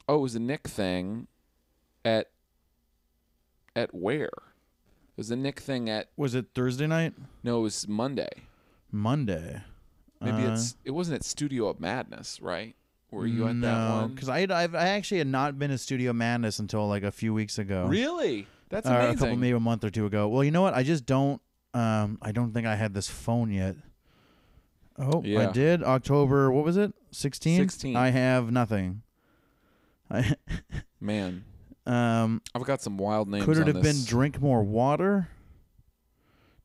[SPEAKER 4] Oh, it was a Nick thing, at. At where? It was a Nick thing at
[SPEAKER 3] Was it Thursday night?
[SPEAKER 4] no, it was Monday.
[SPEAKER 3] Monday.
[SPEAKER 4] Maybe
[SPEAKER 3] Uh,
[SPEAKER 4] it's it wasn't at Studio of Madness, right? Were you at that
[SPEAKER 3] no,
[SPEAKER 4] one?
[SPEAKER 3] because I had, I've, I actually had not been to Studio Madness until like a few weeks ago.
[SPEAKER 4] really, that's
[SPEAKER 3] Or
[SPEAKER 4] amazing.
[SPEAKER 3] uh, a couple, maybe a month or two ago. Well, you know what? I just don't. Um, I don't think I had this phone yet. Oh, I
[SPEAKER 4] Yeah.
[SPEAKER 3] did. October. What was it? Sixteen.
[SPEAKER 4] 16.
[SPEAKER 3] I have nothing. I
[SPEAKER 4] Man,
[SPEAKER 3] um.
[SPEAKER 4] I've got some wild names.
[SPEAKER 3] could it
[SPEAKER 4] on
[SPEAKER 3] have been
[SPEAKER 4] this.
[SPEAKER 3] drink more water?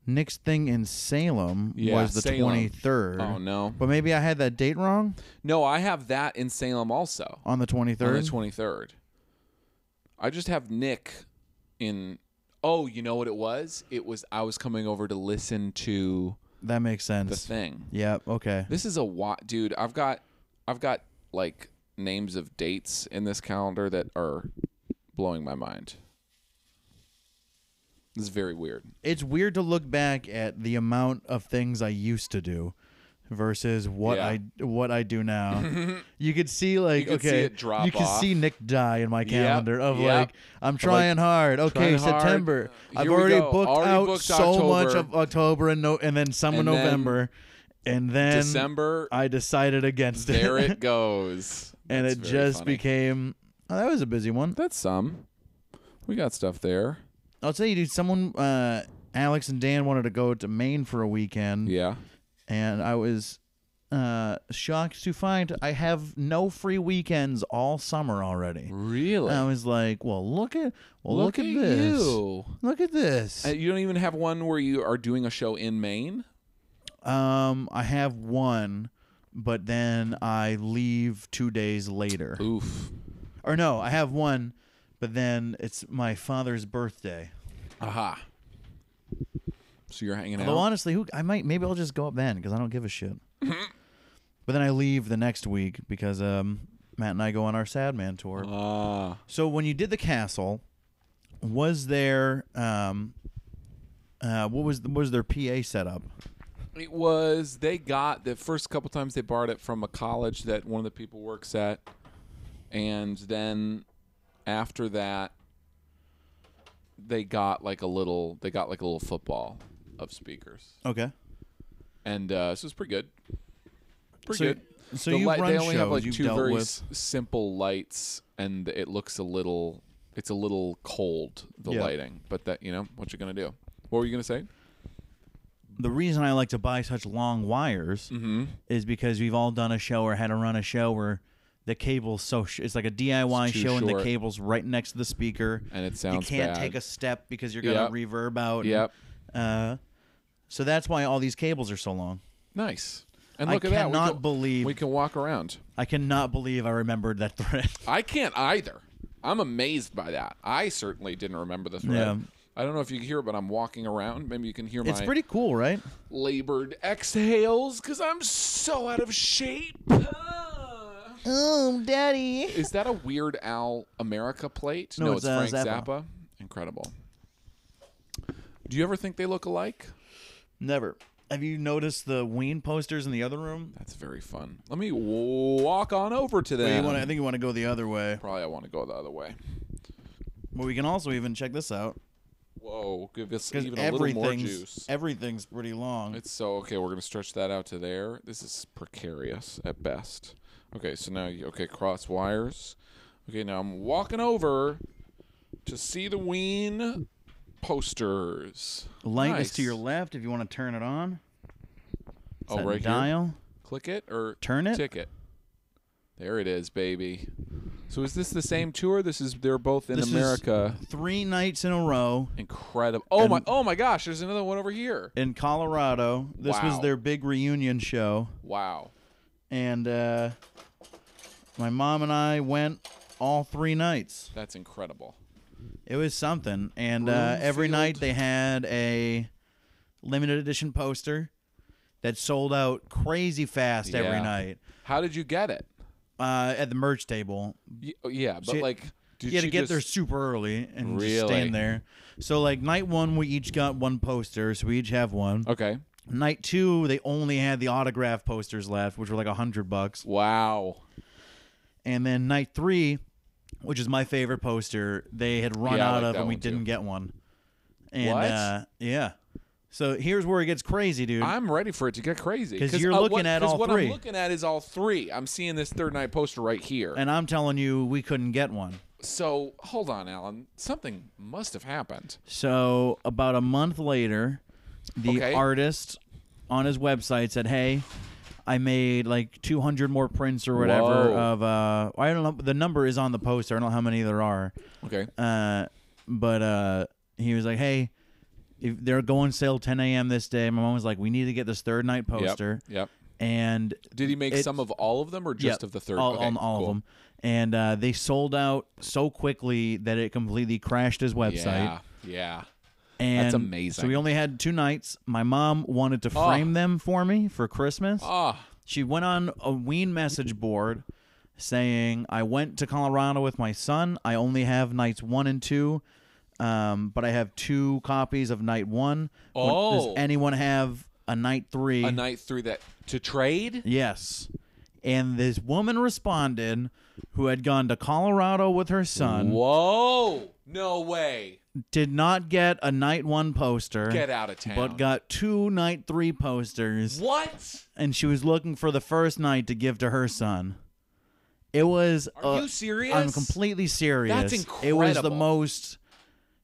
[SPEAKER 3] Next thing in Salem
[SPEAKER 4] Yeah,
[SPEAKER 3] was the
[SPEAKER 4] Salem.
[SPEAKER 3] twenty third.
[SPEAKER 4] Oh no,
[SPEAKER 3] But maybe I had that date wrong
[SPEAKER 4] no, I have that in Salem also
[SPEAKER 3] on the twenty
[SPEAKER 4] on
[SPEAKER 3] third.
[SPEAKER 4] the twenty third. I just have Nick in. Oh, you know what it was? It was I was coming over to listen to
[SPEAKER 3] that makes
[SPEAKER 4] the
[SPEAKER 3] sense.
[SPEAKER 4] thing.
[SPEAKER 3] Yeah. Okay.
[SPEAKER 4] This is a what, dude. I've got, I've got like names of dates in this calendar that are blowing my mind. This is very weird.
[SPEAKER 3] it's weird to look back at the amount of things I used to do versus what
[SPEAKER 4] Yeah.
[SPEAKER 3] I what I do now. you could see like
[SPEAKER 4] could see
[SPEAKER 3] okay,
[SPEAKER 4] it drop
[SPEAKER 3] you could
[SPEAKER 4] off.
[SPEAKER 3] see Nick die in my calendar of
[SPEAKER 4] yep.
[SPEAKER 3] like I'm trying hard. Okay,
[SPEAKER 4] trying hard.
[SPEAKER 3] September. I've
[SPEAKER 4] Here we
[SPEAKER 3] already
[SPEAKER 4] go.
[SPEAKER 3] booked
[SPEAKER 4] Already
[SPEAKER 3] out
[SPEAKER 4] booked
[SPEAKER 3] so much
[SPEAKER 4] October.
[SPEAKER 3] of October and no, and then some of
[SPEAKER 4] And then
[SPEAKER 3] November, and then
[SPEAKER 4] December,
[SPEAKER 3] I decided against it,
[SPEAKER 4] there it goes.
[SPEAKER 3] and
[SPEAKER 4] That's
[SPEAKER 3] it
[SPEAKER 4] very
[SPEAKER 3] just
[SPEAKER 4] funny.
[SPEAKER 3] became. Oh, that was a busy one.
[SPEAKER 4] That's some. We got stuff there.
[SPEAKER 3] I'll tell you, dude. Someone, uh, Alex and Dan wanted to go to Maine for a weekend.
[SPEAKER 4] Yeah.
[SPEAKER 3] and I was uh, shocked to find I have no free weekends all summer already.
[SPEAKER 4] Really?
[SPEAKER 3] And I was like, well, look at Um, well, look, at,
[SPEAKER 4] at
[SPEAKER 3] this.
[SPEAKER 4] you.
[SPEAKER 3] Look at this.
[SPEAKER 4] Uh, You don't even have one where you are doing a show in Maine.
[SPEAKER 3] um, I have one, but then I leave two days later.
[SPEAKER 4] Oof.
[SPEAKER 3] Or no, I have one, but then it's my father's birthday.
[SPEAKER 4] Aha. So you're hanging
[SPEAKER 3] Although
[SPEAKER 4] out.
[SPEAKER 3] honestly, who I might maybe I'll just go up then because I don't give a shit. but then I leave the next week because um, Matt and I go on our Sad Man tour.
[SPEAKER 4] Ah,
[SPEAKER 3] So when you did the castle, was there um, uh, what was what was their PA setup?
[SPEAKER 4] it was. They got the first couple times they borrowed it from a college that one of the people works at, and then after that, they got like a little. They got like a little football of speakers,
[SPEAKER 3] Okay,
[SPEAKER 4] and uh, so it's pretty good. Pretty
[SPEAKER 3] so,
[SPEAKER 4] good.
[SPEAKER 3] So
[SPEAKER 4] The
[SPEAKER 3] you
[SPEAKER 4] light-
[SPEAKER 3] run
[SPEAKER 4] they only
[SPEAKER 3] shows.
[SPEAKER 4] have like
[SPEAKER 3] you've
[SPEAKER 4] two
[SPEAKER 3] dealt
[SPEAKER 4] very
[SPEAKER 3] with.
[SPEAKER 4] s- simple lights, and it looks a little. It's a little cold the
[SPEAKER 3] Yeah. Mm-hmm.
[SPEAKER 4] lighting, but that you know what you're gonna do. What were you gonna say?
[SPEAKER 3] the reason I like to buy such long wires
[SPEAKER 4] Mm-hmm.
[SPEAKER 3] is because we've all done a show or had to run a show where the cable's so sh- it's like a DIY
[SPEAKER 4] It's too
[SPEAKER 3] show and the
[SPEAKER 4] short.
[SPEAKER 3] cable's right next to the speaker
[SPEAKER 4] And it sounds
[SPEAKER 3] you can't
[SPEAKER 4] bad.
[SPEAKER 3] take a step because you're gonna
[SPEAKER 4] Yep.
[SPEAKER 3] reverb out. and-
[SPEAKER 4] Yep.
[SPEAKER 3] uh, so that's why all these cables are so long.
[SPEAKER 4] Nice. And
[SPEAKER 3] I
[SPEAKER 4] look at that.
[SPEAKER 3] cannot
[SPEAKER 4] we can,
[SPEAKER 3] believe-
[SPEAKER 4] we can walk around.
[SPEAKER 3] I cannot believe I remembered that thread.
[SPEAKER 4] I can't either. I'm amazed by that. I certainly didn't remember this.
[SPEAKER 3] Yeah.
[SPEAKER 4] I don't know if you can hear, it, but I'm walking around. Maybe you can hear
[SPEAKER 3] it's
[SPEAKER 4] my
[SPEAKER 3] pretty cool, right?
[SPEAKER 4] labored exhales because I'm so out of shape. Ah.
[SPEAKER 3] Oh, daddy.
[SPEAKER 4] Is that a Weird Al America plate?
[SPEAKER 3] No, it's, uh,
[SPEAKER 4] Frank
[SPEAKER 3] Zappa.
[SPEAKER 4] Zappa. Incredible. Do you ever think they look alike?
[SPEAKER 3] Never. Have you noticed the Ween posters in the other room?
[SPEAKER 4] That's very fun. Let me walk on over to them.
[SPEAKER 3] You wanna, I think you want to go the other way.
[SPEAKER 4] Probably I want to go the other way.
[SPEAKER 3] But we can also even check this out
[SPEAKER 4] Whoa, give us
[SPEAKER 3] because
[SPEAKER 4] even a little more
[SPEAKER 3] everything's
[SPEAKER 4] juice.
[SPEAKER 3] everything's pretty long.
[SPEAKER 4] It's so okay. We're gonna stretch that out to there. This is precarious at best. Okay, so now you okay cross wires. Okay, now I'm walking over to see the Ween posters.
[SPEAKER 3] Light
[SPEAKER 4] nice.
[SPEAKER 3] is to your left if you want to turn it on. It's
[SPEAKER 4] Oh,
[SPEAKER 3] that
[SPEAKER 4] right here.
[SPEAKER 3] dial.
[SPEAKER 4] Click it or
[SPEAKER 3] Turn it?
[SPEAKER 4] Tick it. There it is, baby. So is this the same tour? This is they're both in
[SPEAKER 3] This is-
[SPEAKER 4] America.
[SPEAKER 3] Three nights in a row
[SPEAKER 4] Incredible. Oh my oh my gosh, there's another one over here.
[SPEAKER 3] in Colorado. This was
[SPEAKER 4] Wow.
[SPEAKER 3] their big reunion show,
[SPEAKER 4] Wow.
[SPEAKER 3] and uh, my mom and I went all three nights.
[SPEAKER 4] That's incredible.
[SPEAKER 3] It was something, and uh, every
[SPEAKER 4] Broomfield.
[SPEAKER 3] night they had a limited edition poster that sold out crazy fast every
[SPEAKER 4] Yeah.
[SPEAKER 3] night
[SPEAKER 4] How did you get it?
[SPEAKER 3] uh, at the merch table.
[SPEAKER 4] Y- oh, yeah, but
[SPEAKER 3] She-
[SPEAKER 4] like did
[SPEAKER 3] you had to get
[SPEAKER 4] just-
[SPEAKER 3] there super early and just
[SPEAKER 4] Really?
[SPEAKER 3] stand there. So like night one, we each got one poster, so we each have one.
[SPEAKER 4] Okay.
[SPEAKER 3] Night two, they only had the autograph posters left, which were like a hundred bucks.
[SPEAKER 4] Wow.
[SPEAKER 3] And then night three, which is my favorite poster, they had run
[SPEAKER 4] Yeah, I
[SPEAKER 3] out
[SPEAKER 4] like
[SPEAKER 3] of,
[SPEAKER 4] that
[SPEAKER 3] and we
[SPEAKER 4] one, too.
[SPEAKER 3] didn't get one. And
[SPEAKER 4] What?
[SPEAKER 3] Uh, yeah. So here's where it gets crazy, dude.
[SPEAKER 4] I'm ready for it to get crazy
[SPEAKER 3] 'Cause you're
[SPEAKER 4] uh,
[SPEAKER 3] looking
[SPEAKER 4] what,
[SPEAKER 3] at
[SPEAKER 4] 'cause
[SPEAKER 3] all
[SPEAKER 4] what
[SPEAKER 3] three.
[SPEAKER 4] I'm looking at is all three. I'm seeing this third night poster right here.
[SPEAKER 3] and I'm telling you, we couldn't get one.
[SPEAKER 4] so hold on, Alan. Something must have happened.
[SPEAKER 3] So about a month later, the
[SPEAKER 4] Okay.
[SPEAKER 3] artist on his website said, "Hey, I made like 200 more prints or whatever
[SPEAKER 4] Whoa.
[SPEAKER 3] of uh, I don't know the number is on the poster. I don't know how many there are,
[SPEAKER 4] Okay.
[SPEAKER 3] uh, but uh, he was like, "Hey, if they're going sale 10 a.m. this day." My mom was like, "We need to get this third night poster."
[SPEAKER 4] Yep. yep.
[SPEAKER 3] And
[SPEAKER 4] Did he make
[SPEAKER 3] It-
[SPEAKER 4] some of all of them or just
[SPEAKER 3] yeah,
[SPEAKER 4] of the third?
[SPEAKER 3] all,
[SPEAKER 4] Okay,
[SPEAKER 3] on all
[SPEAKER 4] cool.
[SPEAKER 3] of them, and uh, they sold out so quickly that it completely crashed his website.
[SPEAKER 4] Yeah. Yeah.
[SPEAKER 3] And
[SPEAKER 4] That's amazing. Oh.
[SPEAKER 3] So we only had two nights. My mom wanted to frame them for me for Christmas.
[SPEAKER 4] Ah,
[SPEAKER 3] She went on a Ween message board saying, I went to Colorado with my son. I only have nights one and two, um, but I have two copies of night one. When-
[SPEAKER 4] Oh.
[SPEAKER 3] Does anyone have a night three?
[SPEAKER 4] a night through that to trade.
[SPEAKER 3] Mm. Yes. And this woman responded who had gone to Colorado with her son,
[SPEAKER 4] Whoa! No way.
[SPEAKER 3] did not get a night one poster.
[SPEAKER 4] Get out of town.
[SPEAKER 3] But got two night three posters.
[SPEAKER 4] what?
[SPEAKER 3] and she was looking for the first night to give to her son. It was.
[SPEAKER 4] Are
[SPEAKER 3] uh,
[SPEAKER 4] you serious?
[SPEAKER 3] I'm completely serious.
[SPEAKER 4] That's
[SPEAKER 3] It was the
[SPEAKER 4] incredible.
[SPEAKER 3] most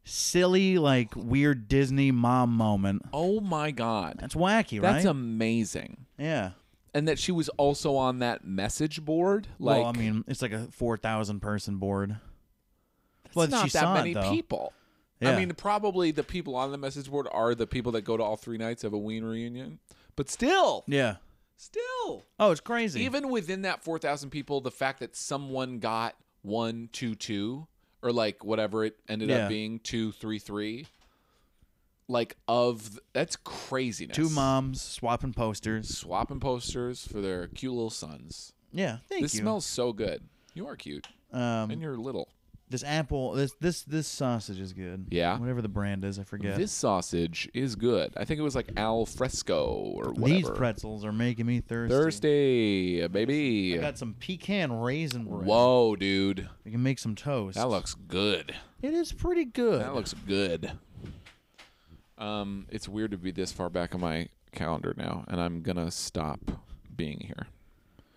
[SPEAKER 3] silly, like weird Disney mom moment.
[SPEAKER 4] Oh my god.
[SPEAKER 3] That's wacky,
[SPEAKER 4] That's
[SPEAKER 3] right?
[SPEAKER 4] amazing.
[SPEAKER 3] yeah.
[SPEAKER 4] and that she was also on that message board. Like,
[SPEAKER 3] well, I mean, it's like a four thousand person board.
[SPEAKER 4] it's
[SPEAKER 3] Well,
[SPEAKER 4] not
[SPEAKER 3] she
[SPEAKER 4] that
[SPEAKER 3] saw it,
[SPEAKER 4] many
[SPEAKER 3] though.
[SPEAKER 4] people. I
[SPEAKER 3] Yeah.
[SPEAKER 4] mean, probably the people on the message board are the people that go to all three nights of a Ween reunion. But still,
[SPEAKER 3] Yeah.
[SPEAKER 4] still,
[SPEAKER 3] Oh, it's crazy.
[SPEAKER 4] even within that 4,000 people, the fact that someone got one, two, two, or like whatever it ended
[SPEAKER 3] Yeah.
[SPEAKER 4] up being, two, three, three, like of that's craziness.
[SPEAKER 3] two moms swapping posters.
[SPEAKER 4] swapping posters for their cute little sons.
[SPEAKER 3] Yeah. Thank
[SPEAKER 4] this
[SPEAKER 3] you.
[SPEAKER 4] smells so good. You are cute and
[SPEAKER 3] um,
[SPEAKER 4] you're little.
[SPEAKER 3] this apple. This this this sausage is good.
[SPEAKER 4] Yeah.
[SPEAKER 3] Whatever the brand is, I forget.
[SPEAKER 4] This sausage is good. I think it was like al fresco or
[SPEAKER 3] These
[SPEAKER 4] whatever.
[SPEAKER 3] pretzels are making me thirsty.
[SPEAKER 4] Thursday,
[SPEAKER 3] I
[SPEAKER 4] baby.
[SPEAKER 3] got some pecan raisin bread.
[SPEAKER 4] Whoa, dude.
[SPEAKER 3] We can make some toast.
[SPEAKER 4] That looks good.
[SPEAKER 3] It is pretty good.
[SPEAKER 4] That looks good. Um, it's weird to be this far back on my calendar now, and I'm gonna stop being here.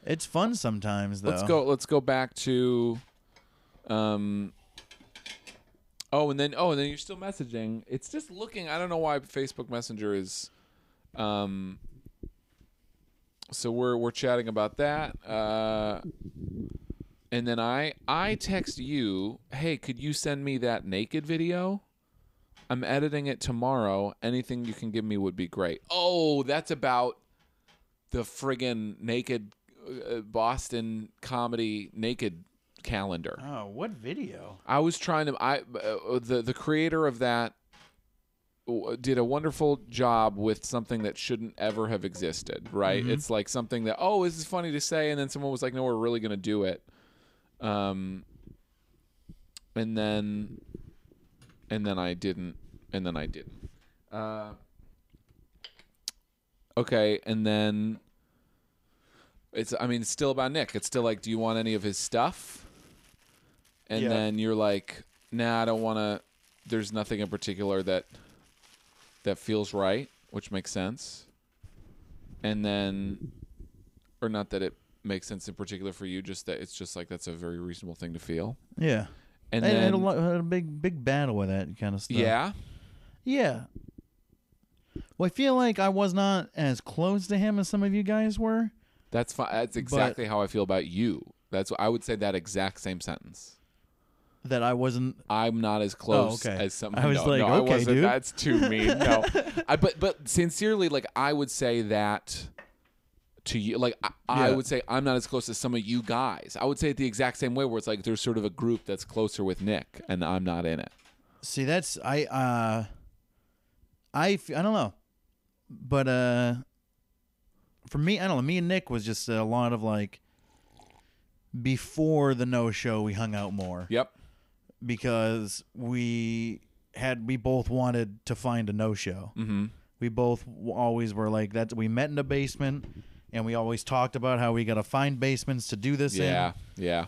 [SPEAKER 3] It's fun sometimes though.
[SPEAKER 4] Let's go. Let's go back to, um. Oh, and then oh, and then you're still messaging. It's just looking. I don't know why Facebook Messenger is, um. So we're we're chatting about that, uh, and then I I text you, hey, could you send me that naked video? I'm editing it tomorrow. Anything you can give me would be great. Oh, that's about the friggin' naked uh, Boston comedy naked calendar.
[SPEAKER 3] Oh, what video?
[SPEAKER 4] I was trying to. I uh, the the creator of that w- did a wonderful job with something that shouldn't ever have existed. Right?
[SPEAKER 3] Mm-hmm.
[SPEAKER 4] It's like something that oh, this is funny to say, and then someone was like, no, we're really gonna do it. Um, and then, and then I didn't, and then I didn't. Uh, okay, and then. It's. I mean, it's still about Nick. It's still like, do you want any of his stuff? and
[SPEAKER 3] Yeah.
[SPEAKER 4] then you're like, "Nah, I don't want to." There's nothing in particular that that feels right, which makes sense. And then, or not that it makes sense in particular for you, just that it's just like that's a very reasonable thing to feel.
[SPEAKER 3] Yeah.
[SPEAKER 4] And,
[SPEAKER 3] And, and,
[SPEAKER 4] then,
[SPEAKER 3] a, lo- had a big big battle with that kind of stuff.
[SPEAKER 4] yeah,
[SPEAKER 3] Yeah. Well, I feel like I was not as close to him as some of you guys were.
[SPEAKER 4] that's fine. That's exactly how I feel about you. That's I would say that exact same sentence.
[SPEAKER 3] That I wasn't.
[SPEAKER 4] I'm not as close
[SPEAKER 3] Oh, okay.
[SPEAKER 4] as some.
[SPEAKER 3] I was
[SPEAKER 4] no,
[SPEAKER 3] like,
[SPEAKER 4] no, I
[SPEAKER 3] okay,
[SPEAKER 4] wasn't.
[SPEAKER 3] dude.
[SPEAKER 4] That's too mean. No, I, but but sincerely, like I would say that to you. Like I, I
[SPEAKER 3] Yeah.
[SPEAKER 4] would say I'm not as close as some of you guys. I would say it the exact same way, where it's like there's sort of a group that's closer with Nick, and I'm not in it.
[SPEAKER 3] See, that's I. Uh, I f- I don't know, but uh, for me, I don't know. Me and Nick was just a lot of like. Before the no show, we hung out more.
[SPEAKER 4] Yep.
[SPEAKER 3] because we had we both wanted to find a no show. Mm-hmm. We both w- always were like that. We met in a basement, and we always talked about how we gotta find basements to do this
[SPEAKER 4] Yeah. Yeah.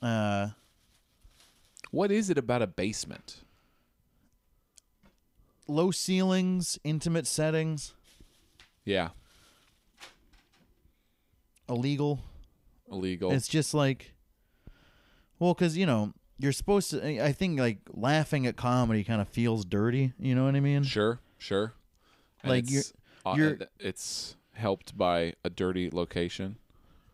[SPEAKER 3] in. Uh,
[SPEAKER 4] What is it about a basement?
[SPEAKER 3] low ceilings, intimate settings,
[SPEAKER 4] Yeah.
[SPEAKER 3] illegal.
[SPEAKER 4] Illegal.
[SPEAKER 3] It's just like, well, because you know you're supposed to. I- I think like laughing at comedy kind of feels dirty. You know what I mean?
[SPEAKER 4] sure. Sure. And
[SPEAKER 3] Like, you're-
[SPEAKER 4] it's, uh,
[SPEAKER 3] you're-
[SPEAKER 4] it's helped by a dirty location.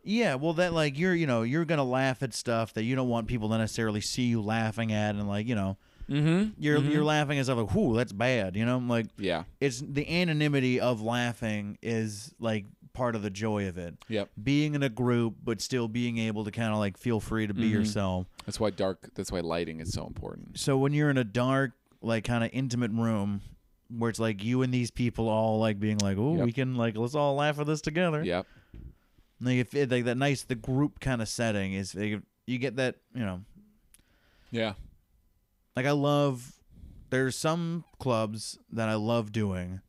[SPEAKER 3] Yeah, well, that like you're you know you're gonna laugh at stuff that you don't want people to necessarily see you laughing at, and like you know, mm-hmm, you're you're laughing at stuff like, "Whoo, that's bad," you know. I'm like,
[SPEAKER 4] Yeah.
[SPEAKER 3] it's the anonymity of laughing is like part of the joy of it.
[SPEAKER 4] Yep.
[SPEAKER 3] Being in a group, but still being able to kind of like feel free to be
[SPEAKER 4] Mm-hmm.
[SPEAKER 3] yourself.
[SPEAKER 4] That's why dark. That's why lighting is so important.
[SPEAKER 3] So when you're in a dark, like kind of intimate room where it's like you and these people all like being like, "Oh,
[SPEAKER 4] Yep.
[SPEAKER 3] we can like let's all laugh at this together."
[SPEAKER 4] Yep.
[SPEAKER 3] Like if it, like that nice the group kind of setting is like, you get that you know
[SPEAKER 4] Yeah.
[SPEAKER 3] like I love there's some clubs that I love doing,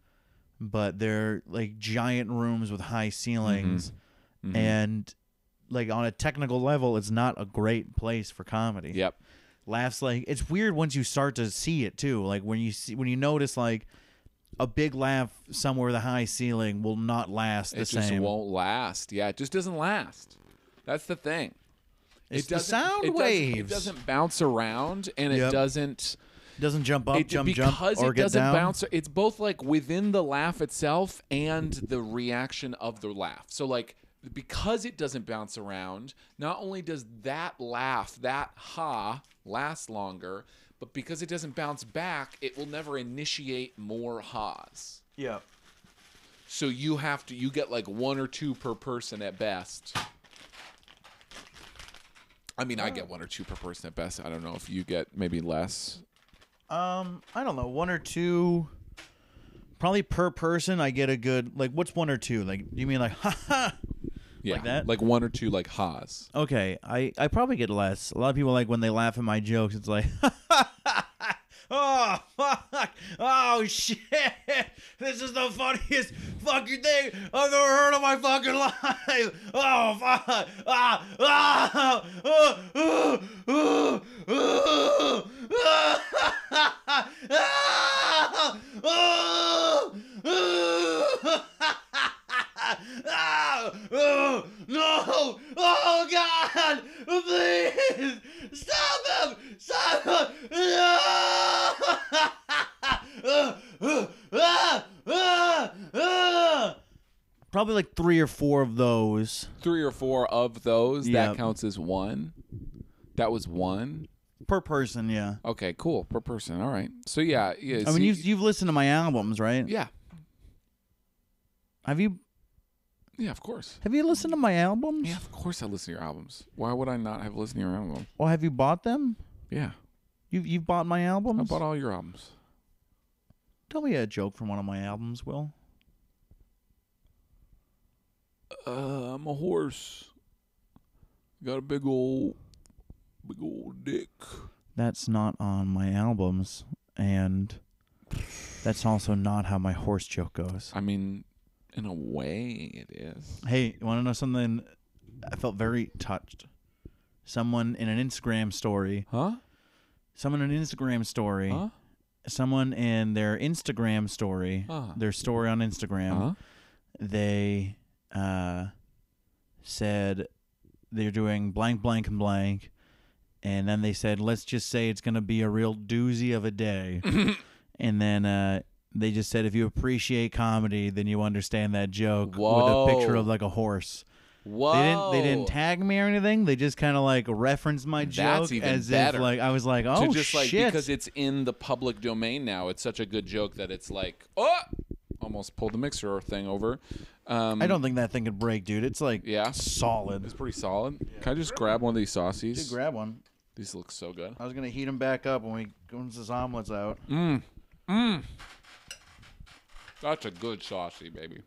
[SPEAKER 3] but they're like giant rooms with high ceilings
[SPEAKER 4] Mm-hmm.
[SPEAKER 3] and like on a technical level it's not a great place for comedy.
[SPEAKER 4] Yep.
[SPEAKER 3] Laughs like it's weird once you start to see it too. Like when you see when you notice like a big laugh somewhere with a high ceiling will not last the
[SPEAKER 4] it
[SPEAKER 3] same.
[SPEAKER 4] just won't last. Yeah, it just doesn't last. That's the thing.
[SPEAKER 3] it's
[SPEAKER 4] it
[SPEAKER 3] the
[SPEAKER 4] doesn't-
[SPEAKER 3] sound
[SPEAKER 4] it doesn't-
[SPEAKER 3] waves.
[SPEAKER 4] it doesn't bounce around, and
[SPEAKER 3] Yep.
[SPEAKER 4] it doesn't.
[SPEAKER 3] doesn't jump up,
[SPEAKER 4] It-
[SPEAKER 3] jump, jump,
[SPEAKER 4] because
[SPEAKER 3] or
[SPEAKER 4] it
[SPEAKER 3] get
[SPEAKER 4] doesn't
[SPEAKER 3] down.
[SPEAKER 4] bounce. It's both like within the laugh itself and the reaction of the laugh. So like because it doesn't bounce around, not only does that laugh, that ha, last longer, but because it doesn't bounce back, it will never initiate more ha's.
[SPEAKER 6] Yeah.
[SPEAKER 4] So you have to you get like one or two per person at best. I mean, I get one or two per person at best. I don't know if you get maybe less.
[SPEAKER 3] Um, I don't know, one or two. Probably per person, I get a good like. What's one or two? Like, you mean like, ha ha?
[SPEAKER 4] Yeah,
[SPEAKER 3] Like that?
[SPEAKER 4] like one or two like ha's.
[SPEAKER 3] Okay, I I probably get less. A lot of people like when they laugh at my jokes. It's like, oh fuck, oh shit, this is the funniest fucking thing I've ever heard in my fucking life. Oh fuck, ah ah. ah, ah, ah, ah, ah, ah, ah, Ah, oh, no! Oh God! Please stop him! Stop him! No! Probably like three or four of those.
[SPEAKER 4] three or four of those
[SPEAKER 3] Yeah.
[SPEAKER 4] that counts as one that was one
[SPEAKER 3] per person. Yeah.
[SPEAKER 4] okay cool per person all right so yeah yeah
[SPEAKER 3] I mean,
[SPEAKER 4] see-
[SPEAKER 3] you've you've listened to my albums, right?
[SPEAKER 4] yeah
[SPEAKER 3] Have you
[SPEAKER 4] yeah of course
[SPEAKER 3] have you listened to my albums?
[SPEAKER 4] yeah of course i listen to your albums why would i not have listened to your album
[SPEAKER 3] Or have you bought them?
[SPEAKER 4] yeah
[SPEAKER 3] You you've bought my albums.
[SPEAKER 4] i bought all your albums
[SPEAKER 3] Tell me a joke from one of my albums, Will.
[SPEAKER 4] uh, i'm a horse got a big old big old dick
[SPEAKER 3] that's not on my albums and that's also not how my horse joke goes
[SPEAKER 4] i mean in a way it is
[SPEAKER 3] hey you want to know something i felt very touched someone in an instagram story
[SPEAKER 4] huh
[SPEAKER 3] someone in an instagram story
[SPEAKER 4] Huh?
[SPEAKER 3] someone in their instagram story
[SPEAKER 4] Huh?
[SPEAKER 3] their story on instagram
[SPEAKER 4] huh
[SPEAKER 3] they uh, said they're doing blank, blank, and blank. And then they said, let's just say it's going to be a real doozy of a day. and then uh, they just said, if you appreciate comedy, then you understand that joke with a picture
[SPEAKER 4] Whoa.
[SPEAKER 3] of like a horse.
[SPEAKER 4] Whoa.
[SPEAKER 3] They didn't, they didn't tag me or anything. They just kind of like referenced my joke
[SPEAKER 4] That's even
[SPEAKER 3] as
[SPEAKER 4] better.
[SPEAKER 3] if like I was like, oh,
[SPEAKER 4] to just like
[SPEAKER 3] shit.
[SPEAKER 4] because it's in the public domain now. It's such a good joke that it's like, oh, almost pulled the mixer thing over. Um,
[SPEAKER 3] I don't think that thing could break, dude. It's like
[SPEAKER 4] Yeah.
[SPEAKER 3] solid.
[SPEAKER 4] It's pretty solid. Can I just grab one of these
[SPEAKER 3] Dude,
[SPEAKER 4] saucies?
[SPEAKER 3] grab one.
[SPEAKER 4] these look so good.
[SPEAKER 3] I was gonna heat him back up when we once this omelet's out.
[SPEAKER 4] Mm. That's a good saucy, baby.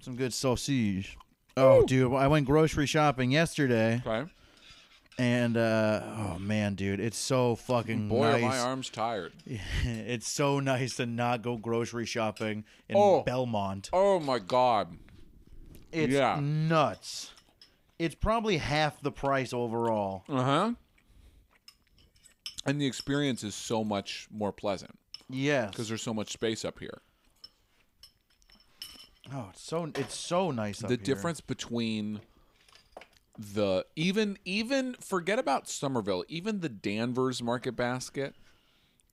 [SPEAKER 3] Some good sausage. Oh, dude, I went grocery shopping yesterday,
[SPEAKER 4] Okay.
[SPEAKER 3] and uh, oh man, dude, it's so fucking
[SPEAKER 4] Boy, are my
[SPEAKER 3] nice.
[SPEAKER 4] arms tired.
[SPEAKER 3] it's so nice to not go grocery shopping in
[SPEAKER 4] Oh.
[SPEAKER 3] Belmont.
[SPEAKER 4] Oh my god.
[SPEAKER 3] It's
[SPEAKER 4] yeah.
[SPEAKER 3] nuts. It's probably half the price overall.
[SPEAKER 4] Uh huh. And the experience is so much more pleasant
[SPEAKER 3] Yes.
[SPEAKER 4] because there's so much space up here.
[SPEAKER 3] oh, it's so it's so nice. up
[SPEAKER 4] the
[SPEAKER 3] here.
[SPEAKER 4] difference between the even even forget about Somerville, even the Danvers market basket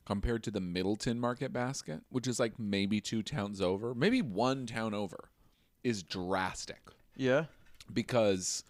[SPEAKER 4] compared to the Middleton market basket, which is like maybe two towns over, maybe one town over, is drastic
[SPEAKER 6] Yeah.
[SPEAKER 4] because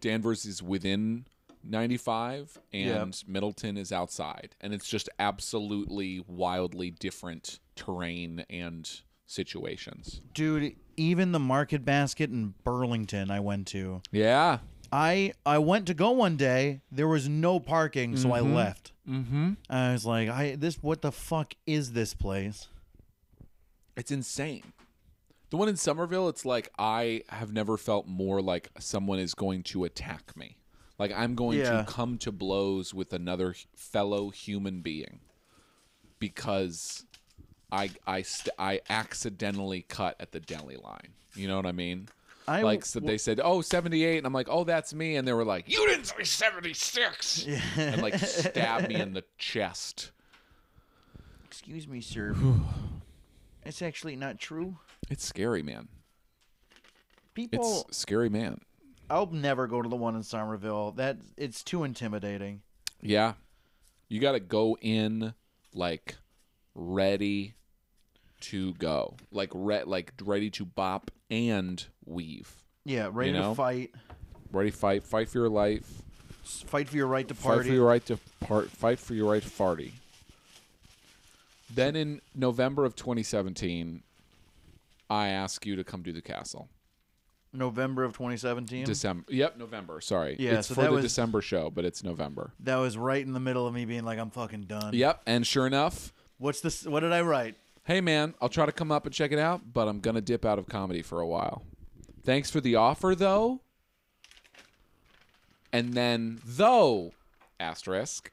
[SPEAKER 4] Danvers is within 95 and Middleton is outside and it's just absolutely wildly different terrain and situations.
[SPEAKER 3] dude. Even the market basket in Burlington, I went to.
[SPEAKER 4] Yeah.
[SPEAKER 3] I I went to go one day. There was no parking, so I left. Mm-hmm. I was like, I this what the fuck is this place?
[SPEAKER 4] It's insane. The one in Somerville, it's like I have never felt more like someone is going to attack me. Like I'm going
[SPEAKER 3] Yeah.
[SPEAKER 4] to come to blows with another h- fellow human being because I I st- I accidentally cut at the deli line. You know what I mean?
[SPEAKER 3] I
[SPEAKER 4] like so they said, "Oh, 78." and I'm like, "Oh, that's me." And they were like, "You didn't say 76." And like stabbed me in the chest.
[SPEAKER 3] excuse me, sir. it's actually not true.
[SPEAKER 4] It's scary, man. It's
[SPEAKER 3] People,
[SPEAKER 4] scary, man.
[SPEAKER 3] I'll never go to the one in Somerville. That it's too intimidating.
[SPEAKER 4] Yeah. You got to go in like ready to go, like re- like ready to bop and weave,
[SPEAKER 3] Yeah, ready
[SPEAKER 4] know?
[SPEAKER 3] to fight,
[SPEAKER 4] ready to fight, fight for your life,
[SPEAKER 3] S- fight for your right to
[SPEAKER 4] fight
[SPEAKER 3] party.
[SPEAKER 4] for your right to part, fight for your right to party. Then in November of 2017, I ask you to come do the castle.
[SPEAKER 3] November of 2017.
[SPEAKER 4] December. Yep, November. Sorry.
[SPEAKER 3] Yeah,
[SPEAKER 4] it's
[SPEAKER 3] so
[SPEAKER 4] for
[SPEAKER 3] that
[SPEAKER 4] the
[SPEAKER 3] was-
[SPEAKER 4] December show, but it's November.
[SPEAKER 3] that was right in the middle of me being like, I'm fucking done.
[SPEAKER 4] Yep, and sure enough,
[SPEAKER 3] What's this? What did I write?
[SPEAKER 4] hey man, I'll try to come up and check it out, but I'm gonna dip out of comedy for a while. Thanks for the offer though. And then though asterisk.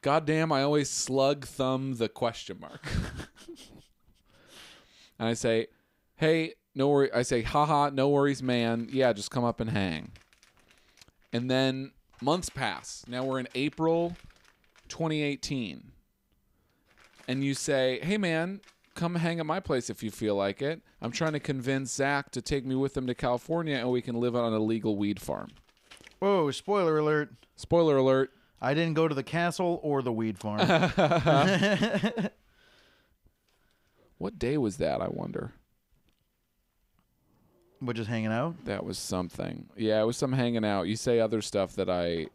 [SPEAKER 4] Goddamn, I always slug thumb the question mark. and I say, hey, no worry I say, haha, no worries, man. Yeah, just come up and hang. And then months pass. Now we're in April 2018 and you say, "Hey, man, come hang at my place if you feel like it. I'm trying to convince Zach to take me with him to California, and we can live on a legal weed farm."
[SPEAKER 3] Whoa! Oh, Spoiler alert.
[SPEAKER 4] Spoiler alert.
[SPEAKER 3] I didn't go to the castle or the weed farm.
[SPEAKER 4] What day was that? I wonder.
[SPEAKER 3] We're just hanging out.
[SPEAKER 4] That was something. Yeah, it was some hanging out. You say other stuff that I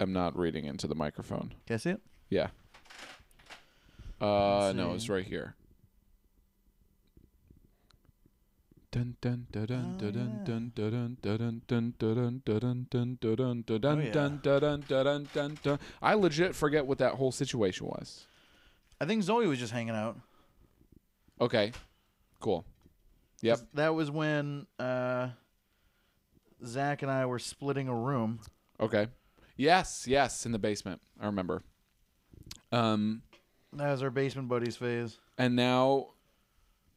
[SPEAKER 4] am not reading into the microphone.
[SPEAKER 3] Guess it.
[SPEAKER 4] Yeah. Uh, no, it's right here. Dun dun dun dun dun dun dun dun dun dun dun dun dun dun dun dun dun dun dun dun dun. I legit forget what that whole situation was.
[SPEAKER 3] I think Zoe was just hanging out.
[SPEAKER 4] Okay, cool. Yep.
[SPEAKER 3] That was when uh, Zach and I were splitting a room.
[SPEAKER 4] Okay. Yes. Yes. In the basement. I remember. Um.
[SPEAKER 3] That was our basement buddies phase.
[SPEAKER 4] and now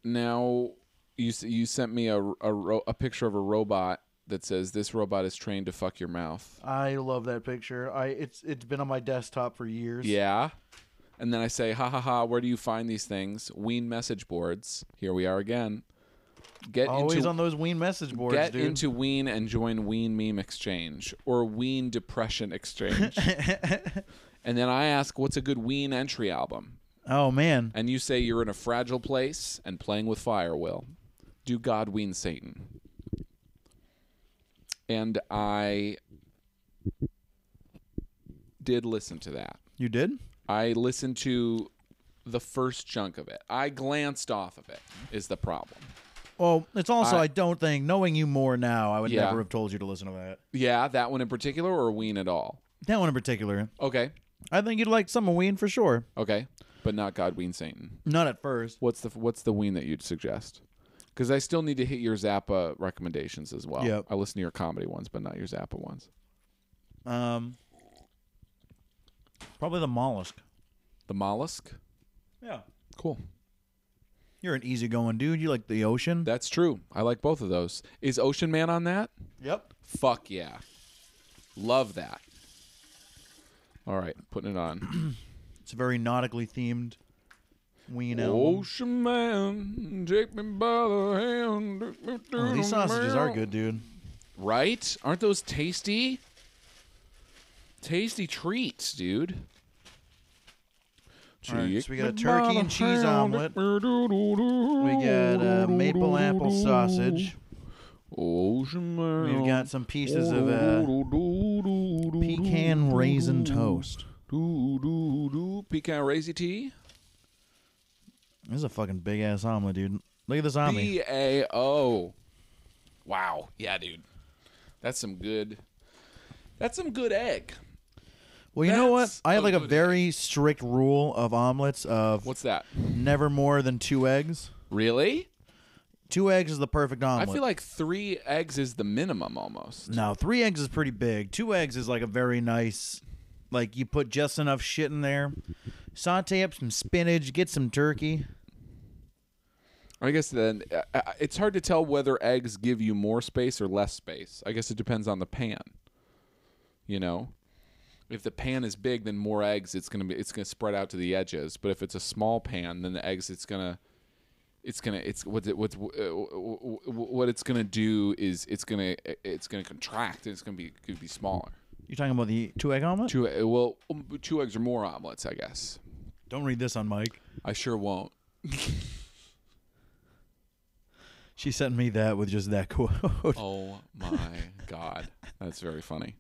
[SPEAKER 4] now you s- you sent me a a, ro- a picture of a robot that says this robot is trained to fuck your mouth.
[SPEAKER 3] I love that picture. I it's it's been on my desktop for years.
[SPEAKER 4] Yeah. And then I say, ha ha ha, where do you find these things? Ween message boards. Here we are again. Get
[SPEAKER 3] Always
[SPEAKER 4] into
[SPEAKER 3] on those Ween message boards,
[SPEAKER 4] get
[SPEAKER 3] dude.
[SPEAKER 4] into Ween and join Ween meme exchange or Ween depression exchange. and then I ask, what's a good Ween entry album?
[SPEAKER 3] oh man.
[SPEAKER 4] And you say you're in a fragile place and playing with fire will. Do God wean Satan? And I did listen to that.
[SPEAKER 3] You did?
[SPEAKER 4] I listened to the first chunk of it. I glanced off of it, is the problem.
[SPEAKER 3] Well, it's also
[SPEAKER 4] I-
[SPEAKER 3] I, don't think knowing you more now, I would
[SPEAKER 4] Yeah.
[SPEAKER 3] never have told you to listen to that.
[SPEAKER 4] Yeah, that one in particular or wean at all?
[SPEAKER 3] That one in particular.
[SPEAKER 4] Okay.
[SPEAKER 3] I think you'd like some of Ween for sure.
[SPEAKER 4] Okay. But not God wean Satan.
[SPEAKER 3] Not at first.
[SPEAKER 4] What's the what's the wean that you'd suggest? Because I still need to hit your Zappa recommendations as well.
[SPEAKER 3] Yep.
[SPEAKER 4] I listen to your comedy ones, but not your Zappa ones.
[SPEAKER 3] Um Probably the mollusk.
[SPEAKER 4] The mollusk.
[SPEAKER 3] Yeah.
[SPEAKER 4] Cool.
[SPEAKER 3] You're an easygoing dude. You like the ocean.
[SPEAKER 4] That's true. I like both of those. Is Ocean Man on that?
[SPEAKER 3] yep.
[SPEAKER 4] Fuck yeah. Love that. All right, putting it on.
[SPEAKER 3] It's a very nautically themed Ween album.
[SPEAKER 4] Ocean Man, take me by the hand. take me to
[SPEAKER 3] Oh, these
[SPEAKER 4] the
[SPEAKER 3] sausages are
[SPEAKER 4] mountain.
[SPEAKER 3] good, dude.
[SPEAKER 4] Right? Aren't those tasty? Tasty treats, dude.
[SPEAKER 3] All right,
[SPEAKER 4] Take
[SPEAKER 3] so we got a
[SPEAKER 4] me by
[SPEAKER 3] turkey
[SPEAKER 4] the
[SPEAKER 3] and cheese
[SPEAKER 4] hand,
[SPEAKER 3] omelet.
[SPEAKER 4] take me to the-
[SPEAKER 3] We got uh, maple apple sausage.
[SPEAKER 4] Ocean Man.
[SPEAKER 3] We've got some pieces of uh, pecan raisin toast.
[SPEAKER 4] Do, do, do. Pecan Raisy Tea.
[SPEAKER 3] This is a fucking big ass omelet, dude. Look at this omelet.
[SPEAKER 4] B A O. Wow. Yeah, dude. That's some good. That's some good egg.
[SPEAKER 3] Well, you know what?
[SPEAKER 4] That's
[SPEAKER 3] I have
[SPEAKER 4] a
[SPEAKER 3] like a
[SPEAKER 4] good
[SPEAKER 3] very strict rule of omelets of
[SPEAKER 4] What's that?
[SPEAKER 3] never more than two eggs.
[SPEAKER 4] Really?
[SPEAKER 3] Two eggs is the perfect
[SPEAKER 4] I
[SPEAKER 3] omelet.
[SPEAKER 4] feel like three eggs is the minimum almost.
[SPEAKER 3] no, three eggs is pretty big. Two eggs is like a very nice, like you put just enough shit in there. Saute up some spinach, get some turkey.
[SPEAKER 4] I guess then uh, uh, it's hard to tell whether eggs give you more space or less space. I guess it depends on the pan. You know, if the pan is big, then more eggs. It's gonna be it's gonna spread out to the edges. But if it's a small pan, then the eggs it's gonna it's gonna it's what's it what's uh, w- w- w- what it's gonna do is it's gonna it's gonna contract and it's gonna be could be smaller. uh,
[SPEAKER 3] You're talking about the two egg omelet?
[SPEAKER 4] um, Two well two eggs or more omelets, I guess.
[SPEAKER 3] Don't read this on Mike.
[SPEAKER 4] I sure won't.
[SPEAKER 3] She sent me that with just that quote.
[SPEAKER 4] Oh my god, that's very funny.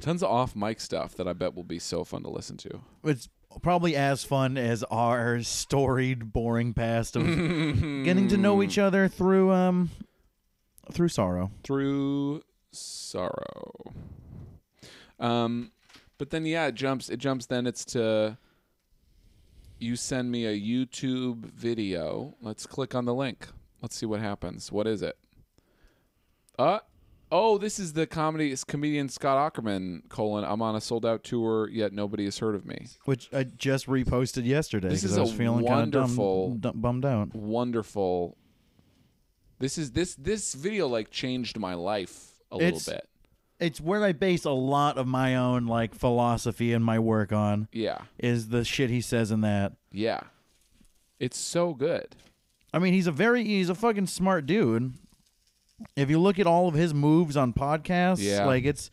[SPEAKER 4] Tons of off mic stuff that I bet will be so fun to listen to.
[SPEAKER 3] It's probably as fun as our storied, boring past of getting to know each other through um through sorrow.
[SPEAKER 4] through sorrow. Um, but then yeah, it jumps. It jumps. Then it's to you send me a YouTube video. Let's click on the link. Let's see what happens. What is it? Uh oh, this is the comedy it's comedian Scott Ackerman colon. I'm on a sold out tour, yet nobody has heard of me.
[SPEAKER 3] which I just reposted yesterday.
[SPEAKER 4] This
[SPEAKER 3] 'cause
[SPEAKER 4] is
[SPEAKER 3] I
[SPEAKER 4] a
[SPEAKER 3] was feeling
[SPEAKER 4] wonderful-
[SPEAKER 3] kind of bummed out.
[SPEAKER 4] Wonderful. This is this this video like changed my life a
[SPEAKER 3] It's-
[SPEAKER 4] little bit.
[SPEAKER 3] It's where I base a lot of my own like philosophy and my work on
[SPEAKER 4] Yeah,
[SPEAKER 3] is the shit he says in that.
[SPEAKER 4] yeah. It's so good.
[SPEAKER 3] I mean, he's a very he's a fucking smart dude. If you look at all of his moves on podcasts,
[SPEAKER 4] Yeah.
[SPEAKER 3] like it's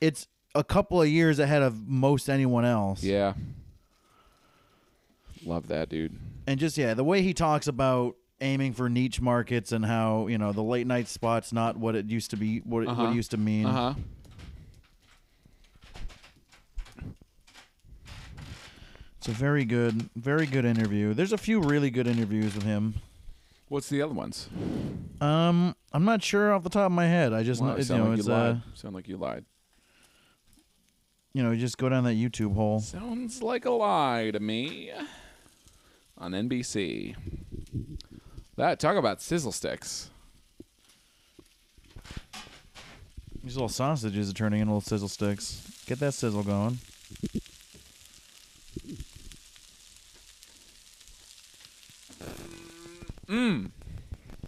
[SPEAKER 3] it's a couple of years ahead of most anyone else.
[SPEAKER 4] Yeah. Love that, dude.
[SPEAKER 3] And just yeah, the way he talks about aiming for niche markets and how, you know, the late night spot's not what it used to be what it, what
[SPEAKER 4] Uh-huh.
[SPEAKER 3] it used to mean.
[SPEAKER 4] Uh huh.
[SPEAKER 3] It's a very good, very good interview. There's a few really good interviews with him.
[SPEAKER 4] What's the other ones?
[SPEAKER 3] Um, I'm not sure off the top of my head. I just
[SPEAKER 4] Wow,
[SPEAKER 3] kn-
[SPEAKER 4] you
[SPEAKER 3] you
[SPEAKER 4] sound
[SPEAKER 3] know
[SPEAKER 4] like you
[SPEAKER 3] it's
[SPEAKER 4] lied.
[SPEAKER 3] uh
[SPEAKER 4] sound like you lied.
[SPEAKER 3] you know just go down that YouTube hole.
[SPEAKER 4] Sounds like a lie to me. On NBC. That talk about sizzle sticks.
[SPEAKER 3] These little sausages are turning into little sizzle sticks. Get that sizzle going.
[SPEAKER 4] Mm.
[SPEAKER 3] Mmm.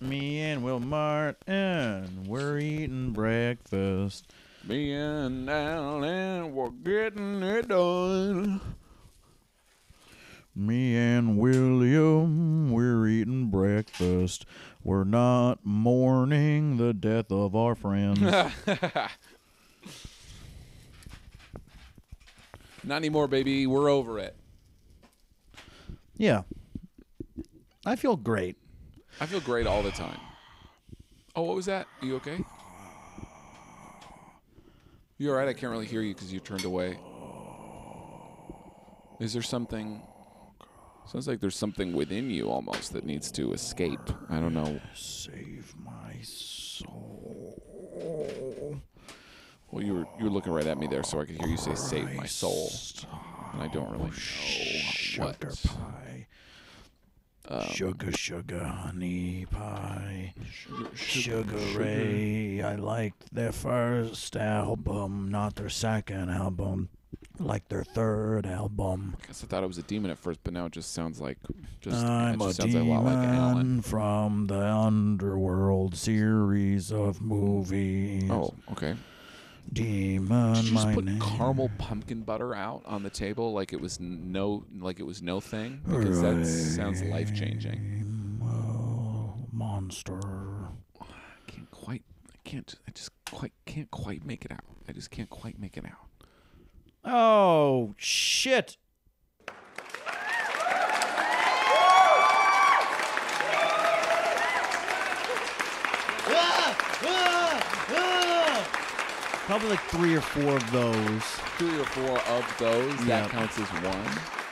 [SPEAKER 3] Me and Will Martin, we're eating breakfast.
[SPEAKER 4] Me and Alan, we're getting it done.
[SPEAKER 3] Me and William, we're eating breakfast. We're not mourning the death of our friends.
[SPEAKER 4] Not anymore, baby. We're over it.
[SPEAKER 3] yeah. I feel great.
[SPEAKER 4] I feel great all the time. Oh, what was that? Are you okay? You all right? I can't really hear you because you turned away. Is there something? Sounds like there's something within you almost that needs to escape. I don't know.
[SPEAKER 3] Save my soul.
[SPEAKER 4] Well, you were you were looking right at me there, so I could hear you say "save my soul," and I don't really know
[SPEAKER 3] Sugar
[SPEAKER 4] what. Um,
[SPEAKER 3] pie. sugar, sugar, honey pie. Sugar, Ray. I liked their first album, not their second album. Like their third album.
[SPEAKER 4] I guess I thought it was a demon at first, but now it just sounds like just it
[SPEAKER 3] I'm a
[SPEAKER 4] just sounds a lot
[SPEAKER 3] demon
[SPEAKER 4] like Alan.
[SPEAKER 3] from the underworld series of movies.
[SPEAKER 4] Oh, okay.
[SPEAKER 3] demon,
[SPEAKER 4] Did you
[SPEAKER 3] my
[SPEAKER 4] just put
[SPEAKER 3] name.
[SPEAKER 4] caramel pumpkin butter out on the table like it was no like it was no thing because that sounds life changing.
[SPEAKER 3] monster.
[SPEAKER 4] I can't quite. I can't. I just quite can't quite make it out. I just can't quite make it out.
[SPEAKER 3] Oh shit! Probably like three or four of those.
[SPEAKER 4] Three or four of those.
[SPEAKER 3] Yeah.
[SPEAKER 4] That counts as one.